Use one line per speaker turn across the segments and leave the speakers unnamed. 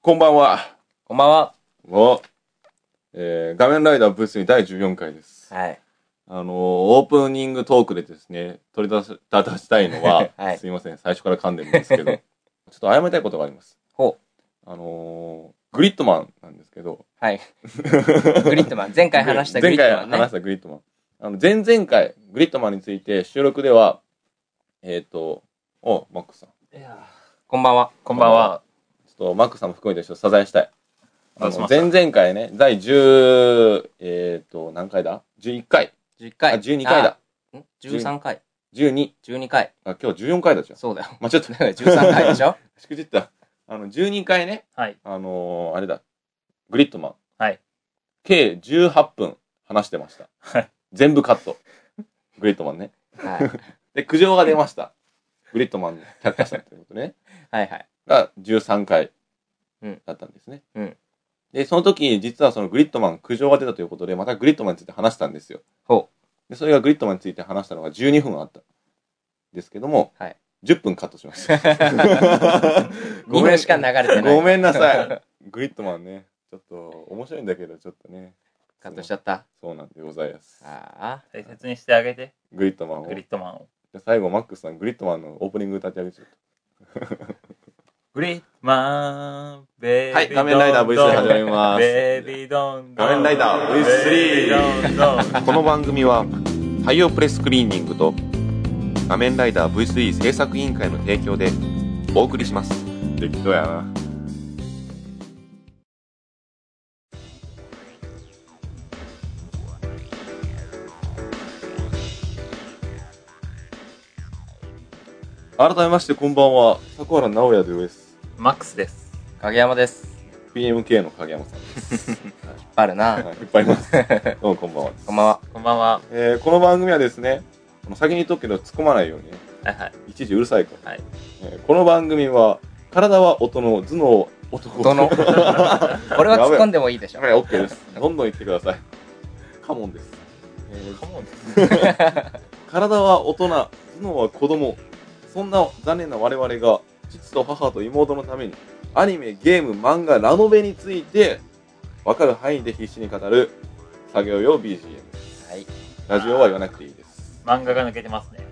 こんばんは。
こんばんは。
お、えー、画面ライダーブースに第14回です。
はい。、
あのー、オープニングトークでですね、取り出し立たしたいのは
はい
すいません、最初から噛んでるんですけど、ちょ っと謝りたいことがあります。
ほ
あのー、グリットマンなんですけど、
はい。グリットマン。前回話したグリットマン
前
ね。
回話したグリットマン。あの、前々回、グリットマンについて収録では、えっ、と、お、マックさん。
こんばんは。こ
んばんは。ちょっとマックさんも含めてちょっと謝罪したい。あの前々回ね、第10、えっ、と、何回だ ?11 回。
10
あ、
回。
12回だ。
あ。ん ?13 回。
12。
12回。
あ、今日14回だじゃん。
そうだよ。
まあ、ちょっと
だ、から13回でしょ
しくじった。あの、12回ね。
はい
あのーあれだ。グリットマン。
はい。
計18分話してました。
はい
全部カット。グリットマンね。
はい。はい
で、苦情が出ました。グリットマンに却下したということね。
はい。
が13回
うん
だったんですね。
うん
で、その時、実はそのグリットマン苦情が出たということで、またグリットマンについて話したんですよ。
ほ
で、それがグリットマンについて話したのが12分あった。ですけども、
はい
10分カットしま した。
ごめんしか流れてない。
ごめんなさい。グリットマンね、ちょっと面白いんだけど、ちょっとね。
カットしちゃった。
そうなんでございます。
ああ。
大切にしてあげて、
グリットマンを。
グリットマンを。
で最後、マックスさん、グリットマンのオープニング歌ってあげて。
グリットマン、ベイビー。
はい仮面ライダー V3 始まります
ベイビードンドン。
仮面ライダー V3
ベイビードンドン。
この番組は太陽プレスクリーニングと「仮面ライダー V3」制作委員会の提供でお送りします適当やな改めましてこんばんは坂原直哉です
マックスです。
影山です。
PMK の影山さんです
引っ張るな。
はい引っ張ります どうもこんばんはです
こんばんは。
こんばんは。
えーこの番組はですねあの先に言っとくけど突っ込まないようにね
はいはい。
いちいちうるさいから、
はい
えーこの番組は体は大人頭脳男
どの。こ
や
れは突っ込んでもいいでしょ
ば。い OK ですどんどん言ってくださいカモンです、えー
カモンです。
体は大人頭脳は子供そんな残念な我々が父と母と妹のためにアニメゲーム漫画ラノベについて分かる範囲で必死に語る作業用 BGM
はい。
ラジオは言わなくていいです
漫画が抜けてますね。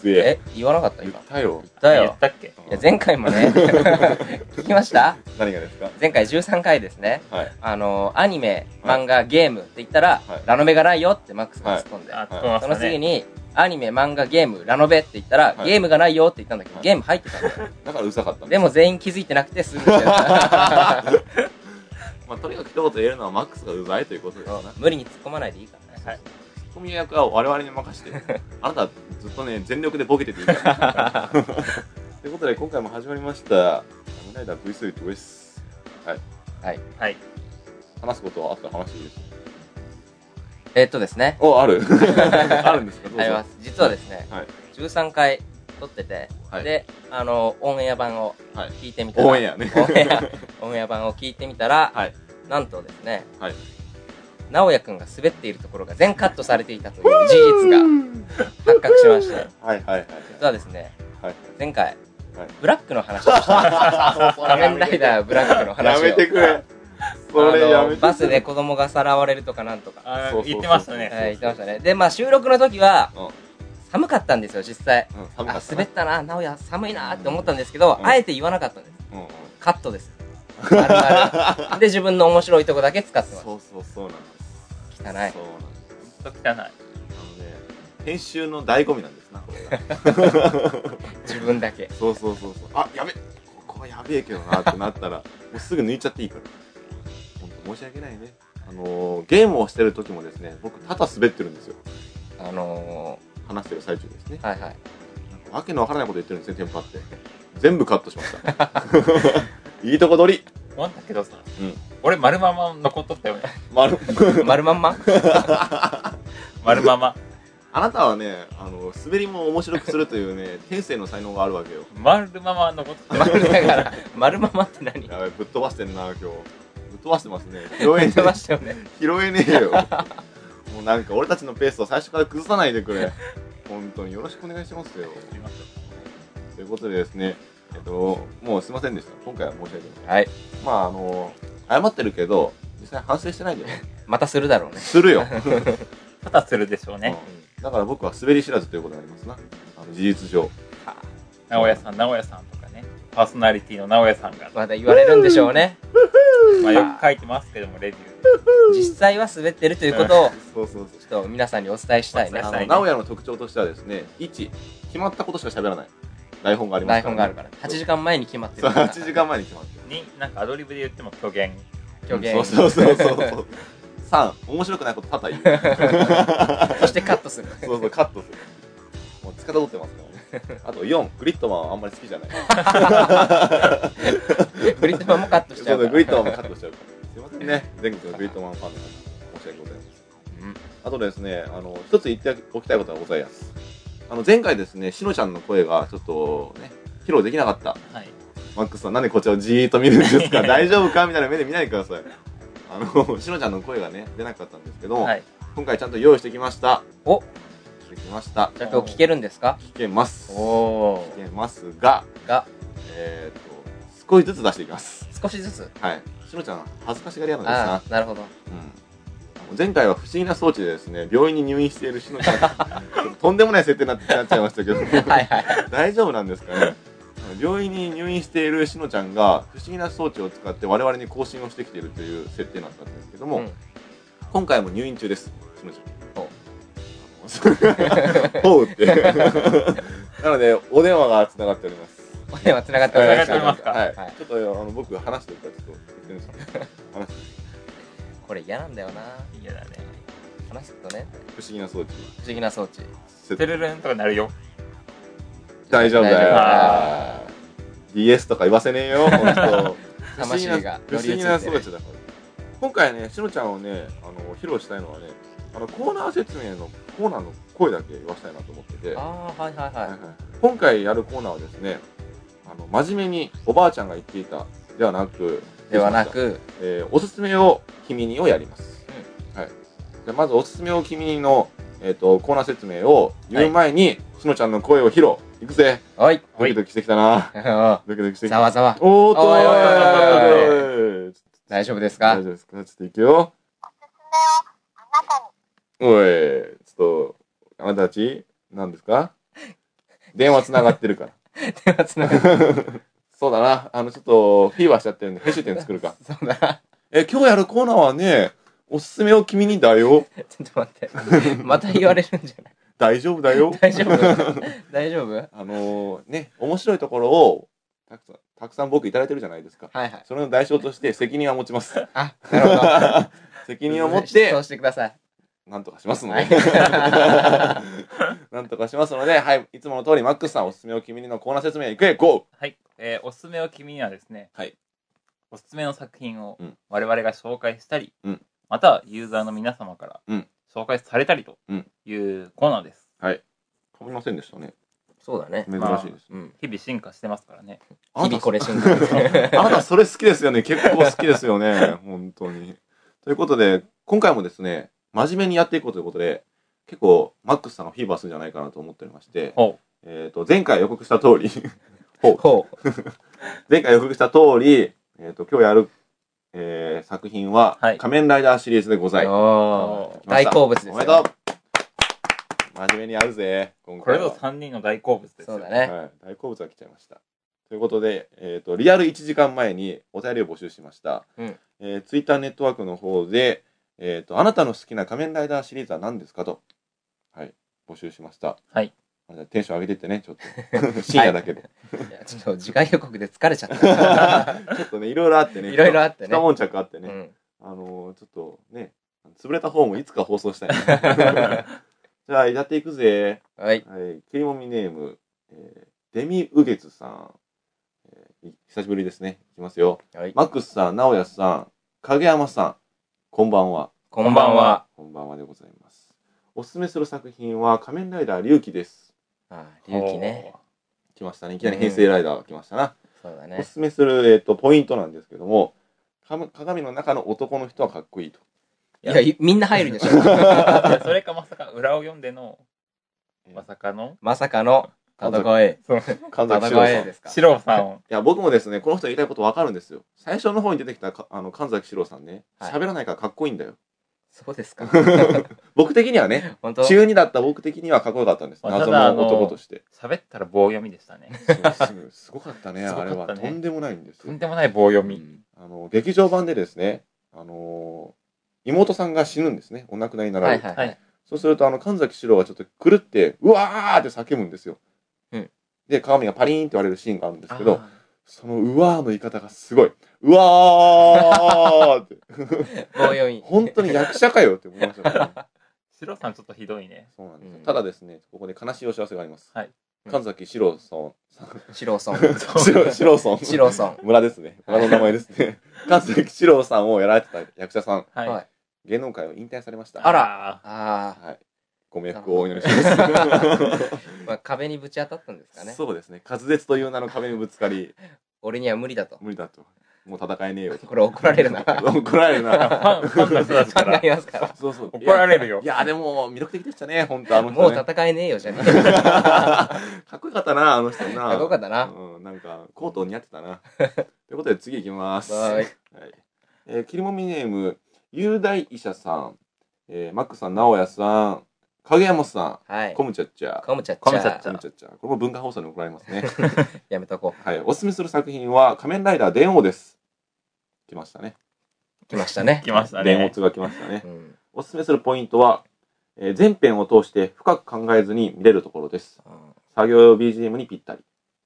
うぜえ
え、言わなかった
言っ
今。
たよ
言った
言
よ
っ。たっけ
いや、前回もね、聞きました
何がですか
前回13回ですね。
はい
あの、アニメ、
はい
漫画、ゲームって言ったら、
はい
ラノベがないよってマックスが突っ込んで、
あ、突っ込みま
そ
し
の
た
次
ね。
に、アニメ、漫画、ゲーム、ラノベって言ったら、
はい
ゲームがないよって言ったんだけど、
はい
ゲーム入ってたんだよ。
だからうるさかったん
でも全員気づいてなく てすぐ 言っちゃった
まあ、とにかく一言言えるのはマックスがうざいということですな。
無理に突っ込まないでいいからね。
はい
ツッコミ役は我々に任せ て、あなたはずっとね、全力でボケてていいから。ということで、今回も始まりました、仮面ライダー V3 ドイス。はい。
はい。
話すことはあったら話していいですか
えっとですね、
お、ある あるんですかどうぞ。
あります。実はですね、
はい
13回撮ってて、
はい
で、あの、オンエア版を
はい
聞いてみたら、
オンエアね。
オンエア、オンエア版を聞いてみたら、
はい
なんとですね、
はい
直哉くんが滑っているところが全カットされていたという事実が発覚しまして、
はいはいはい。
実はですね、
はい
前回、
はい
ブラックの話をしたんですよ。仮面ライダーブラックの話
や
を。
めてくれ。それや
あ
めてくれ。
のバスで子供がさらわれるとかなんとか、
あ
そうそうそう
言ってました
そう
ね。
はい、言ってましたね。で、まあ収録の時は
うん、
寒かったんですよ、実際。
うん、寒か
あ
っ、た
滑っ
ね。
たな、直哉寒いなって思ったんですけど、
うん
あえて言わなかったんです。
うんうん
カットです。丸 々で、自分の面白いとこだけ使ってます。
そうそうそうなんです。
汚い。
そうなんです。
ほんと汚
あ
い。
のね、編集の醍醐味なんですな、これが。
自分だけ。
そうそうそうそう。あ、やべここはやべえけどなってなったら、もうすぐ抜いちゃっていいから。本当申し訳ないね。あのー、ゲームをしてる時もですね、僕、ただ滑ってるんですよ。
あの
話してる最中ですね。
ー、は いはい。
なんかわけのわからないこと言ってるんですね、テンパって。全部カットしました。 いいとこ取り
思ったけどさ
うん、
俺丸まま残っとったよね。
丸。
丸まんま
丸まま。
あなたはね、あの、滑りも面白くするというね、天性の才能があるわけよ。
丸まま残っとった。
丸だから、丸まんまって何
やべ、ぶっ飛ばしてんな、今日。ぶっ飛ばしてますね。拾え
言
ね
ってましたよね。
拾えねえよ もうなんか俺たちのペースを最初から崩さないでくれ本当によろしくお願いしますよということでですね、けど、もうすいませんでした。今回は申し訳ない。
はい。
まあ、あの、謝ってるけど、実際反省してないんだよ ね。
またするだ ろうね。
するよ。
ただするでしょうね。
うんだから僕は滑り知らずということになりますな。あの事実上。
直屋さん、直屋さんとかね。パーソナリティの直屋さんが、
まだ言われるんでしょうね。
まあ、よく書いてますけども、レビューで。
実際は滑ってるということを、
そうそうそう。
ちょっと皆さんにお伝えしたいね
あ。
は
の、
い
直哉の特徴としてはですね、1、決まったことしか喋らない。台本がありま
台
すから、
本があるから。8時間前に決まって
そう
るから。
8時間前に決まってる。
に、なんかアドリブで言っても虚言。
虚言。
そうそうそう そう。3、面白くないこと多々言う。
そしてカットする。
そうそう、カットする。もう、疲れ取ってますからね。あと4、グリットマンはあんまり好きじゃない。
グリッドマンもカットしち
ち
ゃ
ょっ
う
と
から。
グリットマンもカットしちゃうから。すいませんね。全国のグリットマンファンの方、申し訳ございません。
うん
あとですね、あの、一つ言っておきたいことがございます。あの、前回ですね、しのちゃんの声がちょっとね、披露できなかった。
はい。
マックスさん、なんでこちらをじーっと見るんです か大丈夫かみたいな目で見ないでください。あの、しのちゃんの声がね、出なかったんですけども、
はい。
今回ちゃんと用意してきました。
お
してきました。
じゃあ今日聞けるんですか
聞けます。
お
聞けますが、
が、
えー、っと、少しずつ出していきます。
少しずつ。
はい。しのちゃん、恥ずかしがり屋なんですな
あ。あ、なるほど。
うん、前回は不思議な装置でですね病院に入院しているしのちゃん がとんでもない設定になってなっちゃいましたけど
はいはい。
大丈夫なんですかね病院に入院しているしのちゃんが不思議な装置を使って我々に更新をしてきているという設定だったんですけども、
うん
今回も入院中ですしのちゃん
お
ほうって なのでお電話がつながっております
お電話つながっており
繋
ま
が
す
ておりますか
はい
はい
ちょっとあの僕話してるからちょっと言ってみます話して
これ嫌なんだよな。
嫌だね。
話すとね、
不思議な装置
不思議な装置。
設定
てるるんとかなるよ。
大丈夫
大
だ
丈夫
よ。DS とか言わせねえよ、ほんと。
魂が
不思
乗り移ってる
議な装置だから。今回ね、しのちゃんをね、あの、披露したいのはね、あの、コーナー説明のコーナーの声だけ言わせたいなと思ってて、はい
ああ、はいはい
はい
は
今回やるコーナーはですね、あの、真面目におばあちゃんが言っていた、ではなく、
い。ではな、く、
えーおすすめを君にをやります。はい。じゃあまずおすすめを君にの、えっ、と、コーナー説明を言う前に、しのちゃんの声を披露。いくぜ
お い。
ドキドキしてきたな。
ざ
ドキドキしてきた。
わざわ。
おーっと
おいおいおい
お
おい
大丈夫です
大
か
丈夫ですかちょっと行くよ。おい、ちょっと、あなたたち、何ですか電話つながってるから。
電話つながって
そうだな。あの、ちょっと、フィーバーしちゃってるんで、編集点作るか。
そうだな。
え、今日やるコーナーはね、おすすめを君にだよ。
ちょっと待 って。また言われるんじゃない
大丈夫だ よ。
大丈 夫大丈夫はい
あのね、面白いところを、たくさん、たくさん僕いただいてるじゃないですか。
はい。
それの代償として責任は持ちます。
あ、なるほど。
責任を持っ
そ
て
う、してください。
なんとかしますの
は
で
い。
なんとかしますので、はい、いつもの通り、マックスさんおすすめを君にのコーナー説明いくへ、ゴ
はい。えーおすすめを君にはですね、
はい
おすすめの作品を
うん
我々が紹介したり、
うん
またはユーザーの皆様か
う
ら
ん
紹介されたりと
うん
いうコーナーです。
ーかぶりませんでしたね。
そうだね。
珍しいです。
うん。
日々進化してますからね。
あなた
日々これ進化ですね。
あなたそれ好きですよね。結構好きですよね。本当に。ということで、今回もですね、真面目にやっていこうということで、結構、マックスさんがフィーバーするんじゃないかなと思っておりまして、
ほ
えっ、と、前回予告した通り、 ほう
ほう。
前回予告した通り、えっ、と、今日やる、えー作品は、
はい
仮面ライダーシリーズでございます。
おー
来まし
大
た
好物ですよ。
おめでとう真面目にやるぜ、今
う。これ
回は
ぞ3人の大好物です
そ
よ。
うだ ね。
はい、大好物が来ちゃいました。ということで、えっ、と、リアル1時間前にお便りを募集しました。
うん
えー、ツイッターネットワークの方で、えっ、と、あなたの好きな仮面ライダーシリーズは何ですかと、はい、募集しました。
はい。
テンション上げてってね、ちょっ と。深夜だ けで。
いやちょっと次回予告で疲れちゃった。
ちょっとね、いろいろあってね。
いろいろあってね
一悶着あって
う
ね。
ん。
あのーちょっとね、潰れた方もいつか放送したい な。 じゃあ、やっていくぜ。
はい。
はい、切りもみネーム、えーデミウゲツさん、えーい久しぶりですね。いきますよ。
はい。
マックスさん、ナオヤさん、影山さん、こんばんは。
こんばんは。
こんばんはでございます。おすすめする作品は、仮面ライダー龍騎です。
あー、隆起 ね。
来ましたね。いきなり平成ライダー来ましたな。
そうだ
お
ね
す。すめする、えっ、と、ポイントなんですけども、かむ鏡の中の男の人はかっこいいと。
いや、いみんな入 るでしょ。
いやそれかまさか裏を読んでの、まさかの、
まさかの、戦え。
そう
神崎史郎さ
戦え
ん。い
ですか。
シロさんを。
や、僕もですね、この人の言いたいことわかるんですよ。最初の方に出てきたかあの神崎史郎さんね、
はい
喋らないからかっこいいんだよ。
そうで すか。
僕的にはね、
本当
中二だった僕的にはかっこよかったんです。
まあただ
謎の男として。
喋ったら棒読みでしたね。
そうすすごかったね、
すご
あ
かっ
れ
たね
は。とんでもないんです
と
よ
んでもない棒読み。
あの、劇場版でですね、あのー妹さんが死ぬんですね。お亡くなりになら
は
れ
い
る。
はいはい。
そうすると、あの、神崎史郎がちょっと狂って、うわーって叫ぶんですよ。
うん
で、鏡がパリーンって割れるシーンがあるんですけ
あ
ど、そのうわーの言い方がすごい。うわーって。
ー棒読み。
本当に役者かよって思いましたね。
シロさんちょっとひどいね。
そうなんですよ
うん
ただですね、ここで悲しいお知らせがあります。
はい
神崎史郎さん。
シローソ ン。
史郎史郎さん。
シローソン。
村ですね。村の名前です ね。神崎史郎さんをやられてた役者さん、
はい。
はい
芸能界を引退されました。
あら
ら。
あ
はい。ご冥福をお祈りします。
あ。まあ壁にぶち当たったんですか ね。
そうですね。滑舌という名の壁にぶつかり、
俺には無理だと。
無理だと。もう戦えねえよと。
これ怒られるな。
怒られる
フ
な。
ァン、ファンの人たち か
考
ら
えますから。
そうそう。
怒られるよ
い。や、いやでも、魅力的でしたね、本当あの
も
人、
う
ね。
戦えねえよじゃねえ。
かっ こよかった な、あの人な。
かっこよかったな。
うん、なんか、コート似合ってた な。ということで、次行きます。
はーい。
はい。えー、切りもみネーム、雄大医者さん、えー、マックさん、直哉さん、影山さ
はい
ん、。コムチャッチャ、
コムチャ
コム
ッ
チ
チ
ャッチ
コ
ャ
ムチャッチャ、これも文化放送に怒られますね。
やめとこ
はい。おすすめする作品は、仮面ライダー電王です。来ましたね。
う。来ましたね。
来ました
電王
ね。
2が来ましたね
う。ん。
おすすめするポイントは、えー、全編を通して深く考えずに見れるところです。
あー
作業用 BGM にぴったり。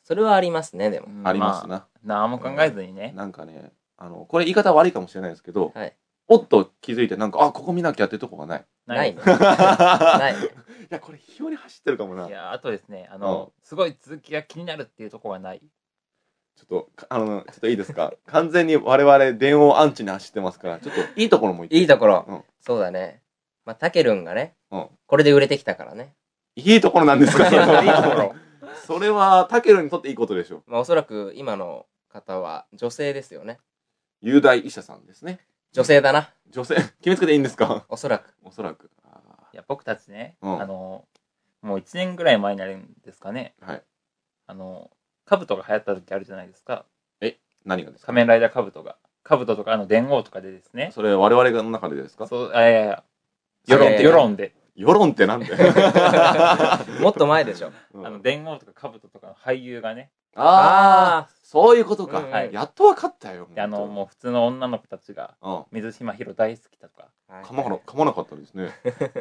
それはありますね、でも。
あります
な。
な。
何も考えずにね。
なんかね、あの、これ言い方悪いかもしれないですけど、
はい
おっと気づいて、なんか、あ、ここ見なきゃってとこが ない。
ないね。
い
ない。
や、これ、非常に走ってるかもな。
い
ちょ
や、あとですね、あの、すごい続きが気になるっていうところはない。
っと、かあの、ちょっといいですか。完全に我々、電王アンチに走ってますから、ちょっと、いいところも言って。
いいところ。
うん
そうだね。まあ、タケルンがね、
うん
これで売れてきたからね。
いいところなんですか、それは。
いいところ。
それは、タケルにとっていいことでしょう。
まあ、おそらく今の方は女性ですよね。
雄大医者さんですね。
女性だな。
女性、決めつけていいんですか
おそらく。
おそらく。あ
いや、僕たちね、
うん
あの、もう1年ぐらい前になるんですかね。
ーはい。
あの、カブトが流行った時あるじゃないですか。
何がですか
仮面ライダーカブトが。カブトとか、あの、伝王とかでですね。
それ、我々の中でですか
そう、あいやいや、
世
世
論
論
で
世
世論
論で。
って なんだよ。
もっと前でしょ。
うん
あの、伝王とかカブトとかの俳優がね、
あーそういうことか、
うん
はい
やっとわかったよ。
であの、もう普通の女の子たちが、
う。うん。
水島ヒロ大好きだとか、
はい
噛まな噛まなかったですね。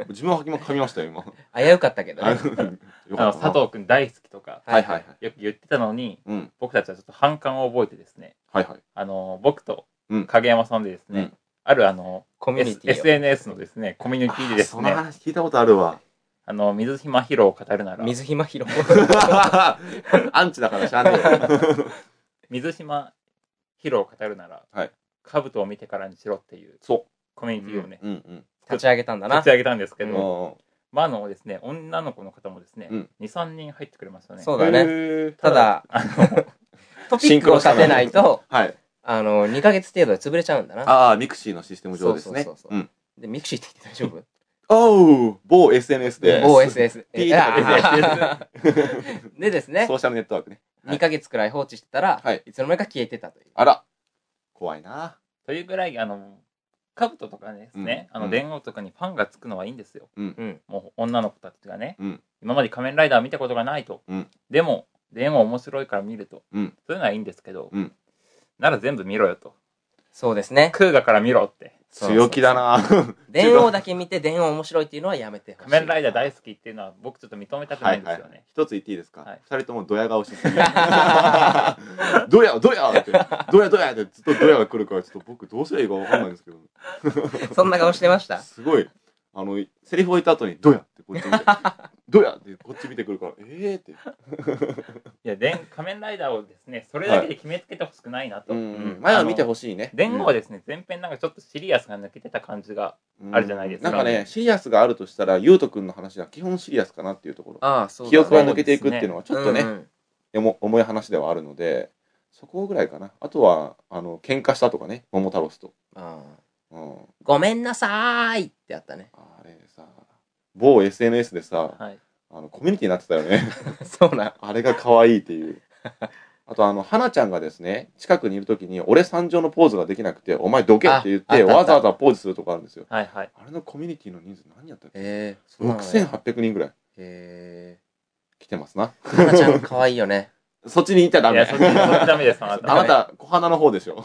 自分は今噛みましたよ、今。
危うかったけど
あ
ね。
のよ
あ
か
の、
ったな
佐藤くん大好きとか、
はいはいはい。
よく言ってたのに、
うん。
僕たちはちょっと反感を覚えてですね、
はいはい。
あの、僕と
うん
影山さんでですね、
うん
あるあの、
コミュニ
S-
ティ
SNS のですね、コミュニティでで
あー
す
その
ね、
話聞いたことある わ。
あの、水島ヒロを語るな
を。
ら、
水ひまひろ。
アンチだからしゃあねえよ
水島ヒロを語るなら、
はい
カブトを見てからにしろっていう
そ
コミュニティをね、
う。うんうん。
立ち上げたんだな
立ち。上げたんですけ
う
ど、
んうん
まあ、あのですね、女の子の方もですね、
うん
2、3人入ってくれましたね。
そうだね
へー
ただ、トピックを立てないと、
はい。
あの、2ヶ月程度で潰れちゃうんだな。
ああ、ミクシーのシステム上ですね。
そうそうそうそ
ん。
で、ミクシーって言って大丈 夫
おう某 SNS で。
某 SNS。
ピーとか出て
あー でです ね
ソ、ーシャルネットワークね。はい
2ヶ月くらい放置してたら、
はい
いつの間にか消えてたという。
あら。怖いな。
というぐらい、あの、カブトとかですね、
うん
あの、電王とかにファンがつくのはいいんですよ。
うん。
もう女の子たちがね、
うん
今まで仮面ライダー見たことがないと。
うん
でも、電王面白いから見ると。
うん
そういうのはいいんですけど、
うん
なら全部見ろよと。
そうですね。
空ガから見ろって。
そうそう
強気だな。
電王だけ見て電王面白いっていうのはやめてほしい。
仮面ライダー大好きっていうのは僕ちょっと認めたくないんですよね。
一つ言っていいですか、
はい
二人ともドヤ顔してて ドヤドヤってドヤドヤってずっとドヤが来るからちょっと僕どうすればいいかわかんないんですけど
そんな顔してました
すごいあのセリフを言った後にドヤってこっち 見てドヤってこっち見てくるからええって
いや電、仮面ライダーをですね、それだけで決めつけてほしくないなと。
うん前は見てほしいね
電王はですね、前編なんかちょっとシリアスが抜けてた感じが、
うん
あるじゃないですか
なんかねシリアスがあるとしたらゆうとくんの話は基本シリアスかなっていうところ、
ああ、そうだ、
記
ね。
憶が抜けていくっていうのはちょっとね、
うんうん
でも重い話ではあるのでそこぐらいかなあとはあの喧嘩したとかね桃太郎と、
ああ
うん、
ごめんなさーいってあったね。
あれさ、某 SNS でさ、
はい、
あのコミュニティになってたよね
そうなん。
あれが可愛いっていうあとあの花ちゃんがですね近くにいる時に俺参上のポーズができなくてお前どけって言っ
ああってたあった
わざわざポーズするとこあるんですよ
はいはい。
あれのコミュニティの人数何やったっけ
えー、そんなのね。
6800人ぐらい
え
来てますな
ー、花ちゃん可愛い よね。
そっちに行っちゃダ
い
メ
や、そっちそっちダメです、あな
あ
た。
なた小花の方でしょ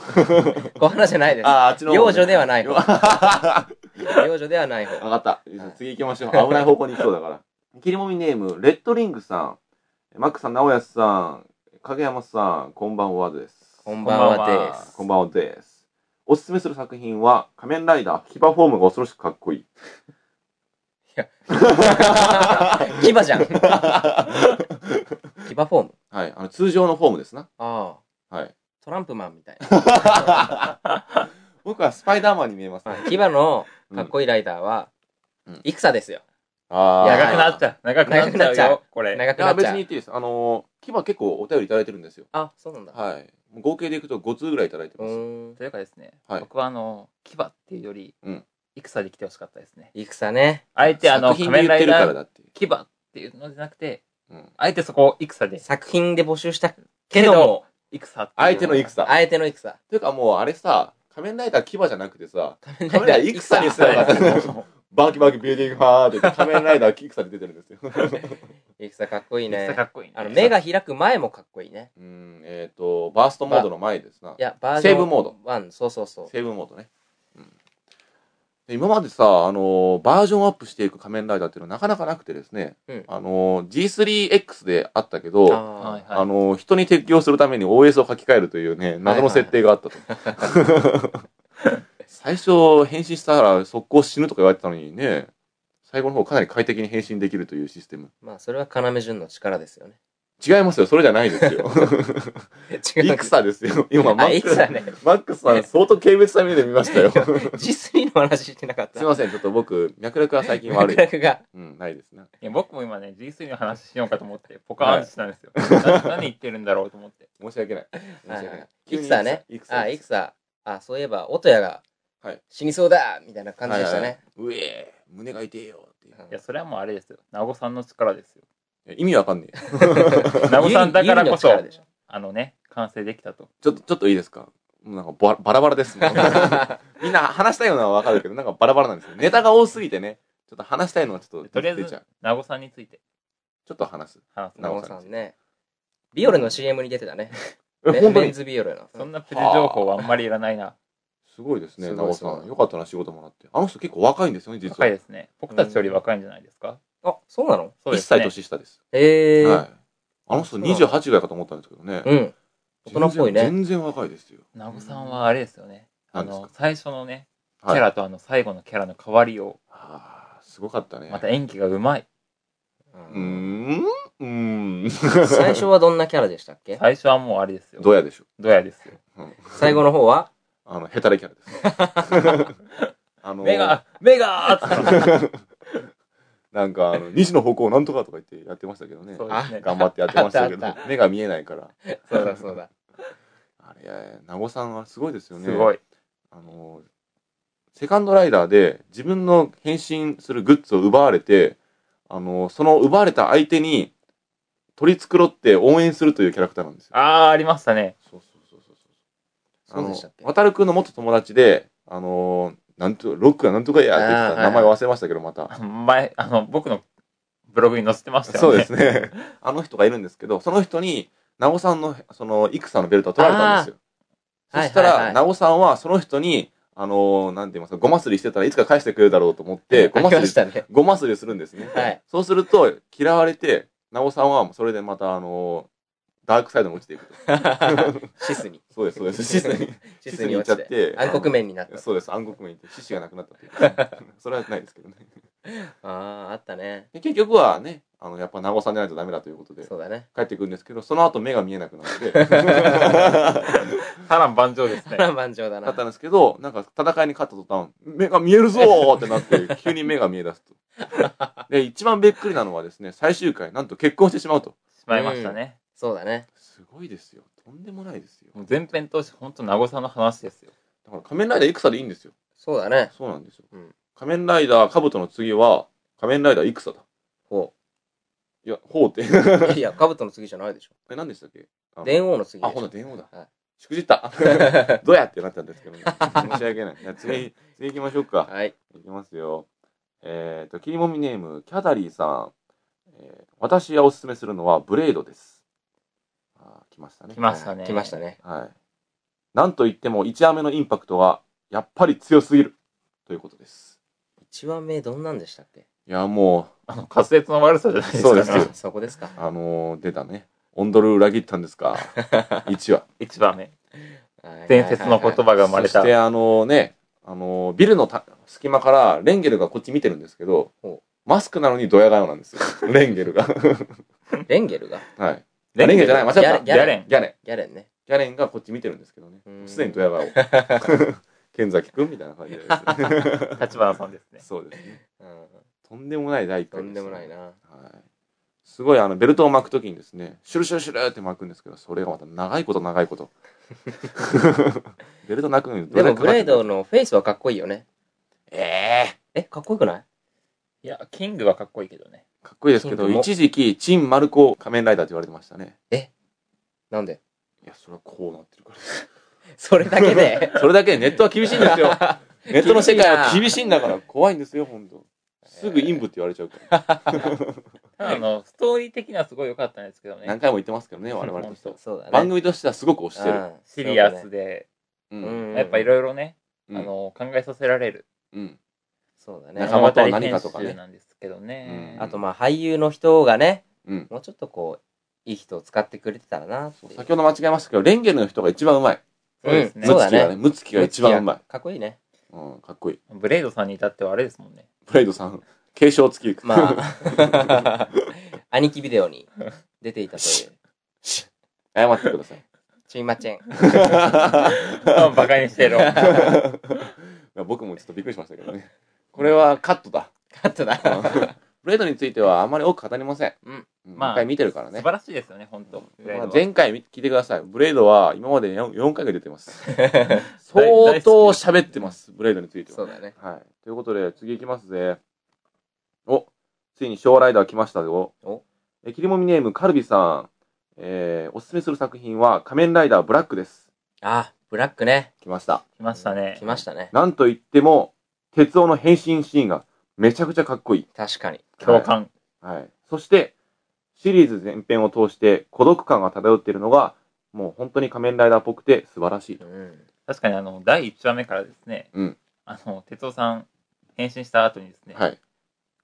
小花じゃないです。
ああっちの方ね
幼女ではない方
わか
幼女ではない方。
った。次行きましょう。危ない方向に行きそうだから。切りもみネーム、レッドリングさん、マックさん、直康さん、影山さん、こんばんはです。
こんばん
こんばん
は
は
です。
こんばんはです。おすすめする作品は、仮面ライダー、騎馬フォームが恐ろしくかっこ いい。
牙じゃん。牙フォーム。
はい、あの通常のフォームですな。
ああ、
はい。
トランプマンみたいな。
僕はスパイダーマンに見えますね。
はい牙のかっこいいライダーは
うん、
戦ですよ。
あー
長くなっちゃう。長くなっちゃ
長くなっち
う
ゃ
よ
う、
これ。
長く
い
な
や、
っち
別に
ゃ
言
う
っ。ていいです。あのー、牙結構お便りいただいてるんですよ。
あ、そうなんだ。
はい。合計でいくと5通ぐらいいただいて
う
ます。
ーん。
というかですね、
はい
僕はあの、牙っていうより、
うん
戦で来てほしかったですね。
戦ね。
あえてあの、
作
仮
品で言っ
面ラ
て
イ
るか
ダ
ら
ー、
だっていう。
牙っていうのじゃなくて、
うん
あえてそこを戦で。
作品で募集したけ
けど
ども
も、戦っていう
相手の戦。
相手の戦。
ていうかもうあれさ、仮面ライダー牙じゃなくてさ、
仮面
仮面ライダー戦にすればよかった
そう
バキバキビューティングハーって言って仮面ライダー戦で出てるんですよ。
戦かっこいい
戦
ね
か。っこいいね。
あの、目が開く前もかっこいいね。
うん、えっ、と、バーストモードの前ですな。
いや、バージョン。
セーブモード。
ワン、そうそうそう。
セーブモードね。うんで今までさ、あのーバージョンアップしていく仮面ライダーっていうのはなかなかなくてですね、
うん
あのー G3X であったけど、あ
あ
はいはい。
のー人に適用するために OS を書き換えるというね、謎の設定があったと。最初、変身したら速攻死ぬとか言われてたのにね、最後の方かなり快適に変身できるというシステム。
ーまあ、それは要潤の力ですよね。
違いますよ、それじゃないですよ。
違う。
イクサですよ。今、マ
あ、
ッ
イ
ク
ク
さ
サ
ん、
ね。
マックさん、相当軽蔑な目で見ま したよ。
G3 の話してなかった。
すいません、ちょっと僕、脈絡は最近悪い
脈。 絡が。
うん、ないですね。
いや僕も今ね、G3 の話しようかと思って、ポカーンとしたん ですよ。な何言ってるんだろうと思って。
申し訳ない。申し訳
はい
な
はいい。
急
イ
に
クサね。
イクサ。
あ、イクサ。あ、そういえば、音やが
はい、
死にそうだみたいな感じでした
はいは
ね。
いはいうえ胸が痛えよっていう
うん
いや、それはもうあれですよ。名護さんの力ですよ。
いや。意味わかんねえ。
名護さんだからこそ
ゆりの力でしょ、
あのね、完成できたと。
ちょっと、ちょっといいですかもうなんかバラバラバラですもん。みんな話したいのはわかるけど、なんかバラバラなんですよ。ネタが多すぎてね。ちょっと話したいのはちょっと、
とりあえ
出ちゃ
ず
う、
名護さんについて
ちょっと話す。
話す
な
ナ
るほ
オ
の。
ど
さんね。ビオレの CM に出てたね。
え、
メ
本当
メン
に
ズビオレの。
そんなプレ情報はあんまりいらないな。
すごいですね、
す
な
ごい
お
すごい
さん。よかったな、仕事もらって。あの人結構若いんですよね、実は。
若いですね。僕たちより若いんじゃないですか
あ、そうなの
そうで
1
す
歳
ね。
年下です。
ええ
はい
ー。。
あの人
うなの
28ぐらいかと思ったんですけどね。
うん。大人っぽいね
全然全然若いですよ。
名護さんはあれですよね。あ
何です
の
か、
最初のね、キ
はい
ャラとあの、最後のキャラの変わりを、
はあ、すごかったね。
また演技がうまい。
うーんうーん。
最初はどんなキャラでしたっけ
最初はもうあれですよ。
どうやでしょ
どやですよ。
う。うん
最後の方は
あの、ヘタレキャラ です。あの
目が、目がーって
なんか、あの、西の方向なんとかとか言ってやってましたけどね
そ。うですね。
頑張ってやってましたけ
あ
ど
ったあっ、
目が見えないから。
そうだそうだ。
あれ、えー名護さんはすごいですよね。
すごい。
あの、セカンドライダーで自分の変身するグッズを奪われて、あの、その奪われた相手に取り繕って応援するというキャラクターなんですよ。
あー、ありましたね。
そうそうそうそうそう。あ
そう
の
でしたっ、け
渡るくんの元友達で、あの、なんと、ロックがなんとかやって言って
あ
た
ーは
名
い
前忘れましたけど、また。
前、あの、僕のブログに載せてましたよね。
そうですね。 あの人がいるんですけど、その人に、ナオさんの、その、戦のベルトを取られたんですよ。
あー
そしたら、
はいはいはい
ナオさんは、その人に、あのーなんて言いますか、ごますりしてたらいつか返してくれるだろうと思って、ご
あ
ます
りま
り
し、たね。
ごますりするんですね。
はい。
そうすると、嫌われて、ナオさんは、それでまた、あのーダークサイドに落ちていく と。
シスに。
そうです、そうです。シスに。
シスに落ち
シスに行っち
て。
ゃって
暗黒面になった。
そうです、暗黒面に行って、獅子がなくなったという。それはないですけどね。
ああ、あったね。
で結局はね、あの、やっぱナオさんじゃないとダメだということで、
そうだね。
帰ってくるんですけど、その後目が見えなくな って。
波乱万丈ですね。
波乱万丈
だ
だな
った。んですけど、なんか戦いに勝った途端、目が見えるぞーってな って、急に目が見え出すと。で、一番びっくりなのはですね、最終回、なんと結婚してしまうと。
しまいましたね。
そうだね。
すごいですよ。とんでもないですよ。
もう前編通して、本当名護さんの話ですよ。
だから仮面ライダー戦でいいんですよ。
そうだね。
そうなんですよ。
うん
仮面ライダー兜の次は、仮面ライダー戦だ。
ほ
いや、ほうって。
いや、カブトの次じゃないでしょ。
え、何でしたっけあの
電王の次で
あ、
し
ほな、
ょ。
電王だ
はい。
しくじった。どうやってなったんですけどね。申し訳ない。じゃあ次、次行きましょうか。
はい。
いきますよ。えっ、と、切りもみネーム、キャダリーさん。えー私がおすすめするのは、ブレードです。あー来ましたね。
来ましたね。
来ました。ね。
はい。なんといっても、1話目のインパクトは、やっぱり強すぎる。ということです。
1話目どんなんでしたっけ
いや、も
あの、滑舌の悪さじゃないですか。
そうですよ
あそこですか
う、。あのー出たね。オンドル裏切ったんです か。1話。
一番目。
はい
伝説の言葉が生ま
そ
れた
して、あのね、あのービルのた隙間から、レンゲルがこっち見てるんですけど
ほう、
マスクなのにドヤ顔なんですよ。レンゲル が。
レンゲルが。
はい。レンゲじゃない、間違った。
ギャレ
ン
ギャレン。
ギャレンね。
ギャレンがこっち見てるんですけどね
う。ん
すでにドヤ 顔。剣崎くんみたいな感じです。
立花さんですね。
そうですね。
うん。
とんでもない第一
と
回
ん
す
で
ね
もない。な。
はい。すごい、あの、ベルトを巻くときにですね、シュルシュルシュルって巻くんですけど、それがまた長いこと長いこと。 ベルト巻くのに
で
か
も、ブ
かっ
レ
てる
ードのフェイスはかっこいいよね。
ええ
え、かっこよくない
いや、キングはかっこいいけどね。
かっこいいですけど、
キングも
一時期、チン・マルコ仮面ライダーって言われてましたね。
なんで
いや、それはこうなってるからです。
それだけで。
それだけネットは厳しいん ですよ。ネットの世界は厳しいんだから怖いんですよ、ほんと。すぐ陰部って言われちゃうから。
ただあの、ストーリー的にはすごい良かったんですけど
何
ね。
回も言ってますけどね、我々としては。
そうだね。
番組としてはすごく推してる。
うん
シリアス。で、
う。
うんん。
やっぱいろいろね、
うん
あの、考えさせられる。
うん。
そうだね
仲。間とは何かとかね
物語編集なんですけどね
う。ん
あと、まあ、俳優の人がね、
うん。
もうちょっとこう、いい人を使ってくれてたらなっていう。
先ほど間違えましたけど、レンゲルの人が一番うまい。
そうです
ん
ね
ム
そうだ
ツキがね、ムツキが一番うまい。
かっこいいね。
うん、かっこいい。
ブレイドさんに至ってはあれですもんね。
ブレイドさん、継承付き。
まあ、 兄貴ビデオに出ていたという。
謝ってください。
チーマチェン。
バカにし てろ。
僕もちょっとびっくりしましたけどね。これはカットだ。
カットだ。
ブレイドについてはあまり多く語りません。
うん。
まあ
一回見てるからね
素。晴らしいですよね、本当。ブレイド
まあ
は
前回聞いてください。ブレードは今まで 4, 4回が出てます。相
大
当
好き
喋ってます、ブレードについて
そ
は。
うだね。
はい。ということで、次行きますぜ。お、ついに小ライダー来ましたよ。
お
え、切りもみネーム、カルビさん。えー、おすすめする作品は、仮面ライダーブラックです。
あ、ブラックね。
来ました。
来まし たね
来。ましたね。
なんといっても、鉄夫の変身シーンがめちゃくちゃかっこいい。
確かに。
共感。
はい。そして、シリーズ全編を通して孤独感が漂っているのが、もう本当に仮面ライダーっぽくて素晴らしいと。
うん。
確かにあの、第1話目からですね、
うん
あの、哲夫さん、変身した後にですね、
はい。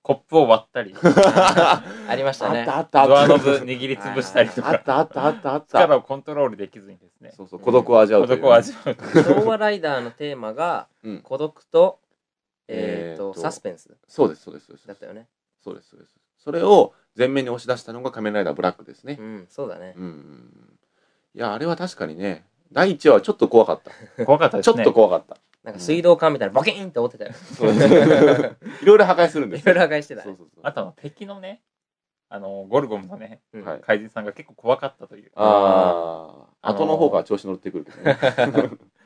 コップを割 ったり、
ありましたね。
あったあった
ドア
あ
ノ
った
ブ。握りつぶしたりと
あっ
か、
たあったあったあった。
力をコントロールできずにですね、
そうそう、孤独を味わう
孤
という
独を味わう。
昭和ライダーのテーマが
うん、
孤独と、
え
え
ー
っ
と
と、サスペンス
そうです、そうです。そうです
だったよね。
そうです、そうです。それを前面に押し出したのが仮面ライダーブラックですね
う。ん、そうだね
う。ん。うんいや、あれは確かにね、第1話はちょっと怖かった。
怖かったで
ちょ
す
っ
ね。
と怖かった。
なんか水道管みたいなボキーンって折ってたよ。
そう ですいろいろ破壊するんです
い
よ
ろいろ破壊してた
そう
ね。
そうそう。
あとあの、敵のね、あの、ゴルゴムのね、
うん
はい
怪人さんが結構怖かったという。
ああ、
あのー
後の方が調子乗ってくるけど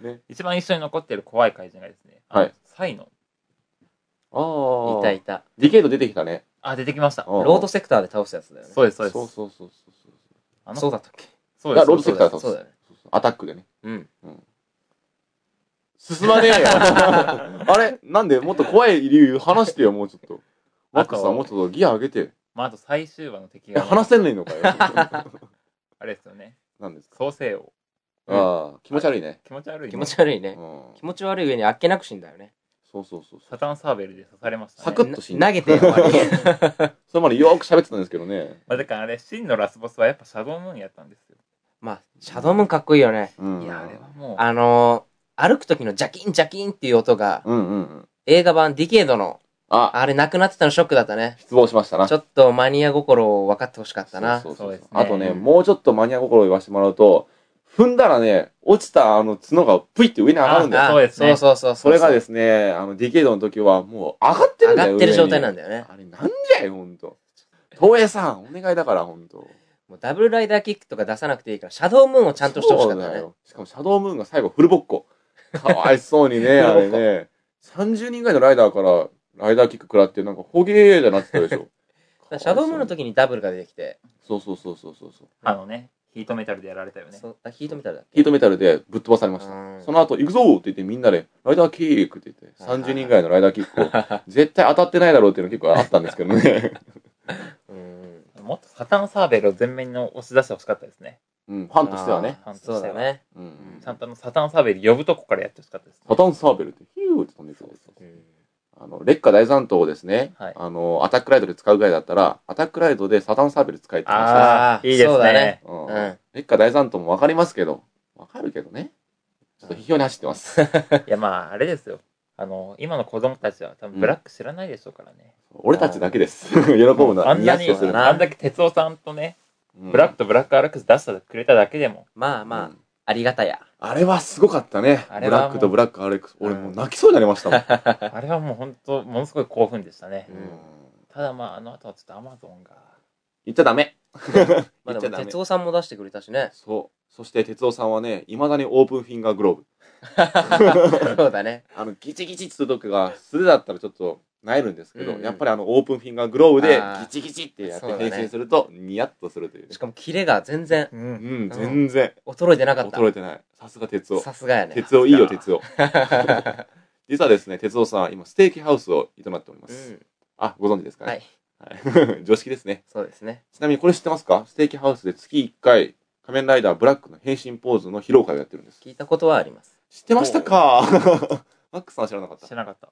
ね。
一番一緒に残ってる怖い怪人がですね、あの
はい
サイの。
ああ。
いたいた。
ディケイド出てきたね。
あ、出てきました。
ロ
ロードセクターで倒すやつだよね。
そうです、そうです。
そうそうそうそうそう。
あの
そうだったっけ
そう
い
で
や
す。
ロードセクター倒す
そうだよね。
そうそうアタックでね。
うん。
進まねえよ。あれなんでもっと怖い理由話してよ、もうちょっと。マックスさ
あ
ん、
と
もうちょっとギア上げて。
まあ、あと最終話の敵
え
が、
話せないのかよ。
あれですよね。
なんですか
創世王。
うん
ああ、気持ち悪いね。
気持ち悪い、ね。
気持ち悪いうね
ん。。
気持ち悪い上にあっけなく死んだよね。
そうそうそうそ
サ
う。
タンサーベルで刺されましたね。
サクッと死んだ
な投げてよ、あれ
それまでよーく喋ってたんですけどね。
まあ、だからあれ、真のラスボスはやっぱシャドウムーンやったんですよ。
まあ、シャドウムーンかっこいいよね。
うん。
いや、あれはもう、
あのー、歩く時のジャキンジャキンっていう音が、
うんうんうん。
映画版ディケードの、
あ、
あれなくなってたのショックだったね。
失望しましたな。
ちょっとマニア心を分かってほしかったな。
そうそうそう
そうですね
あとね、もうちょっとマニア心を言わせてもらうと、踏んだらね、落ちたあの角がプイって上に上がるんだよ。
あそうですね
そうそうそう。。
それがですすね、あの、ディケイドの時はもう上がってる
上
んだよ。
がってる状態なん
だ
だよね。
あれなんじゃよ、ほんと。東映さん、お願いだから、ほんと。
もうダブルライダーキックとか出さなくていいから、シャドウムーンをちゃんとしてほしかった
そうだ
ね。
よしかも、シャドウムーンが最後フルボッコ。かわいそう にね、あれね。30人ぐらいのライダーから、ライダーキック食らって、なんか、ほげーってなってたでしょ。
ら シャドウムーンの時にダブルが出てきて、
そうそうそうそうそうそう
あのね、ヒートメタルでやられたよね。
そうあヒートメタルだっけ
ヒートメタルでぶっ飛ばされました
うん
その後、行くぞーって言ってみんなで、ライダーキックって言って、
はいはい
30人ぐらいのライダーキックを、 絶対当たってないだろうっていうの結構あったんですけどね。
うん
もっとサタンサーベルを前面に押し出してほしかったですね。
うん、ファンとしてはね。
あー
そうだね、
うん
ちゃんとあのサタンサーベル呼ぶとこからやってほしかったですね。
サタンサーベルってヒューって飛んでくる。
うん
あの、劣化大残党をですね、
はい
あの、アタックライドで使うぐらいだったら、アタックライドでサタンサーベル使えって話だね
あ
あ
あ、
ー
いいです
そうだね
ね。
うん
うん
劣化大残党もわかりますけど、わかるけどね。ちょっと批評に走ってます。
いや、まあ、あれですよ。あの、今の子供たちは多分ブラック知らないでしょうからね。
俺たちだけです。 喜ぶの
あ
は
ん
ニ
な
ヤッ
に、
とする
な
あんだけ哲夫さんとね、
うん
ブラックとブラックアルクス出してくれただけでも、
まあまあ、
うん
ありがたや
あれはすごかったね。
あ
ブ
れはも
ラ
う
ックとブラックアレックス。俺
うん
もう泣きそうになりました もん。
あれはもう本当、ものすごい興奮でしたね
う。ん
ただまあ、あの後はちょっとアマゾンが、
言っちゃダ メ。言
まあ
っち
で
ゃ
も
ダメ
哲。夫さんも出してくれた しね
そう。そして、哲夫さんはね、いまだにオープンフィンガーグローブ。
そうだね
あの、ギチギチってとこが素手だったらちょっと、なえるんですけど、
うんうん
やっぱりあの、オープンフィンガーグローブで
あー、
ギチギチってやって
そうだね
変身すると、ニヤッとするというね
し。かもキレが全然
う、
うんん、全然。
衰えてなかった
衰えてない。さすが哲夫。
さすがやね
哲夫いいよ、
さ
哲夫。実はですね、哲夫さんは今、ステーキハウスを営っておりま
う
す。
ん
あ、ご存知ですか
は
ね。
い
はい。 常識ですね。
そうですね
ちなみにこれ知ってますかステーキハウスで月1回、仮面ライダーブラックの変身ポーズの披露会をやってるんです。
聞いたことはあります
知ってましたか マックスさんは知らなかった
知。らなかった。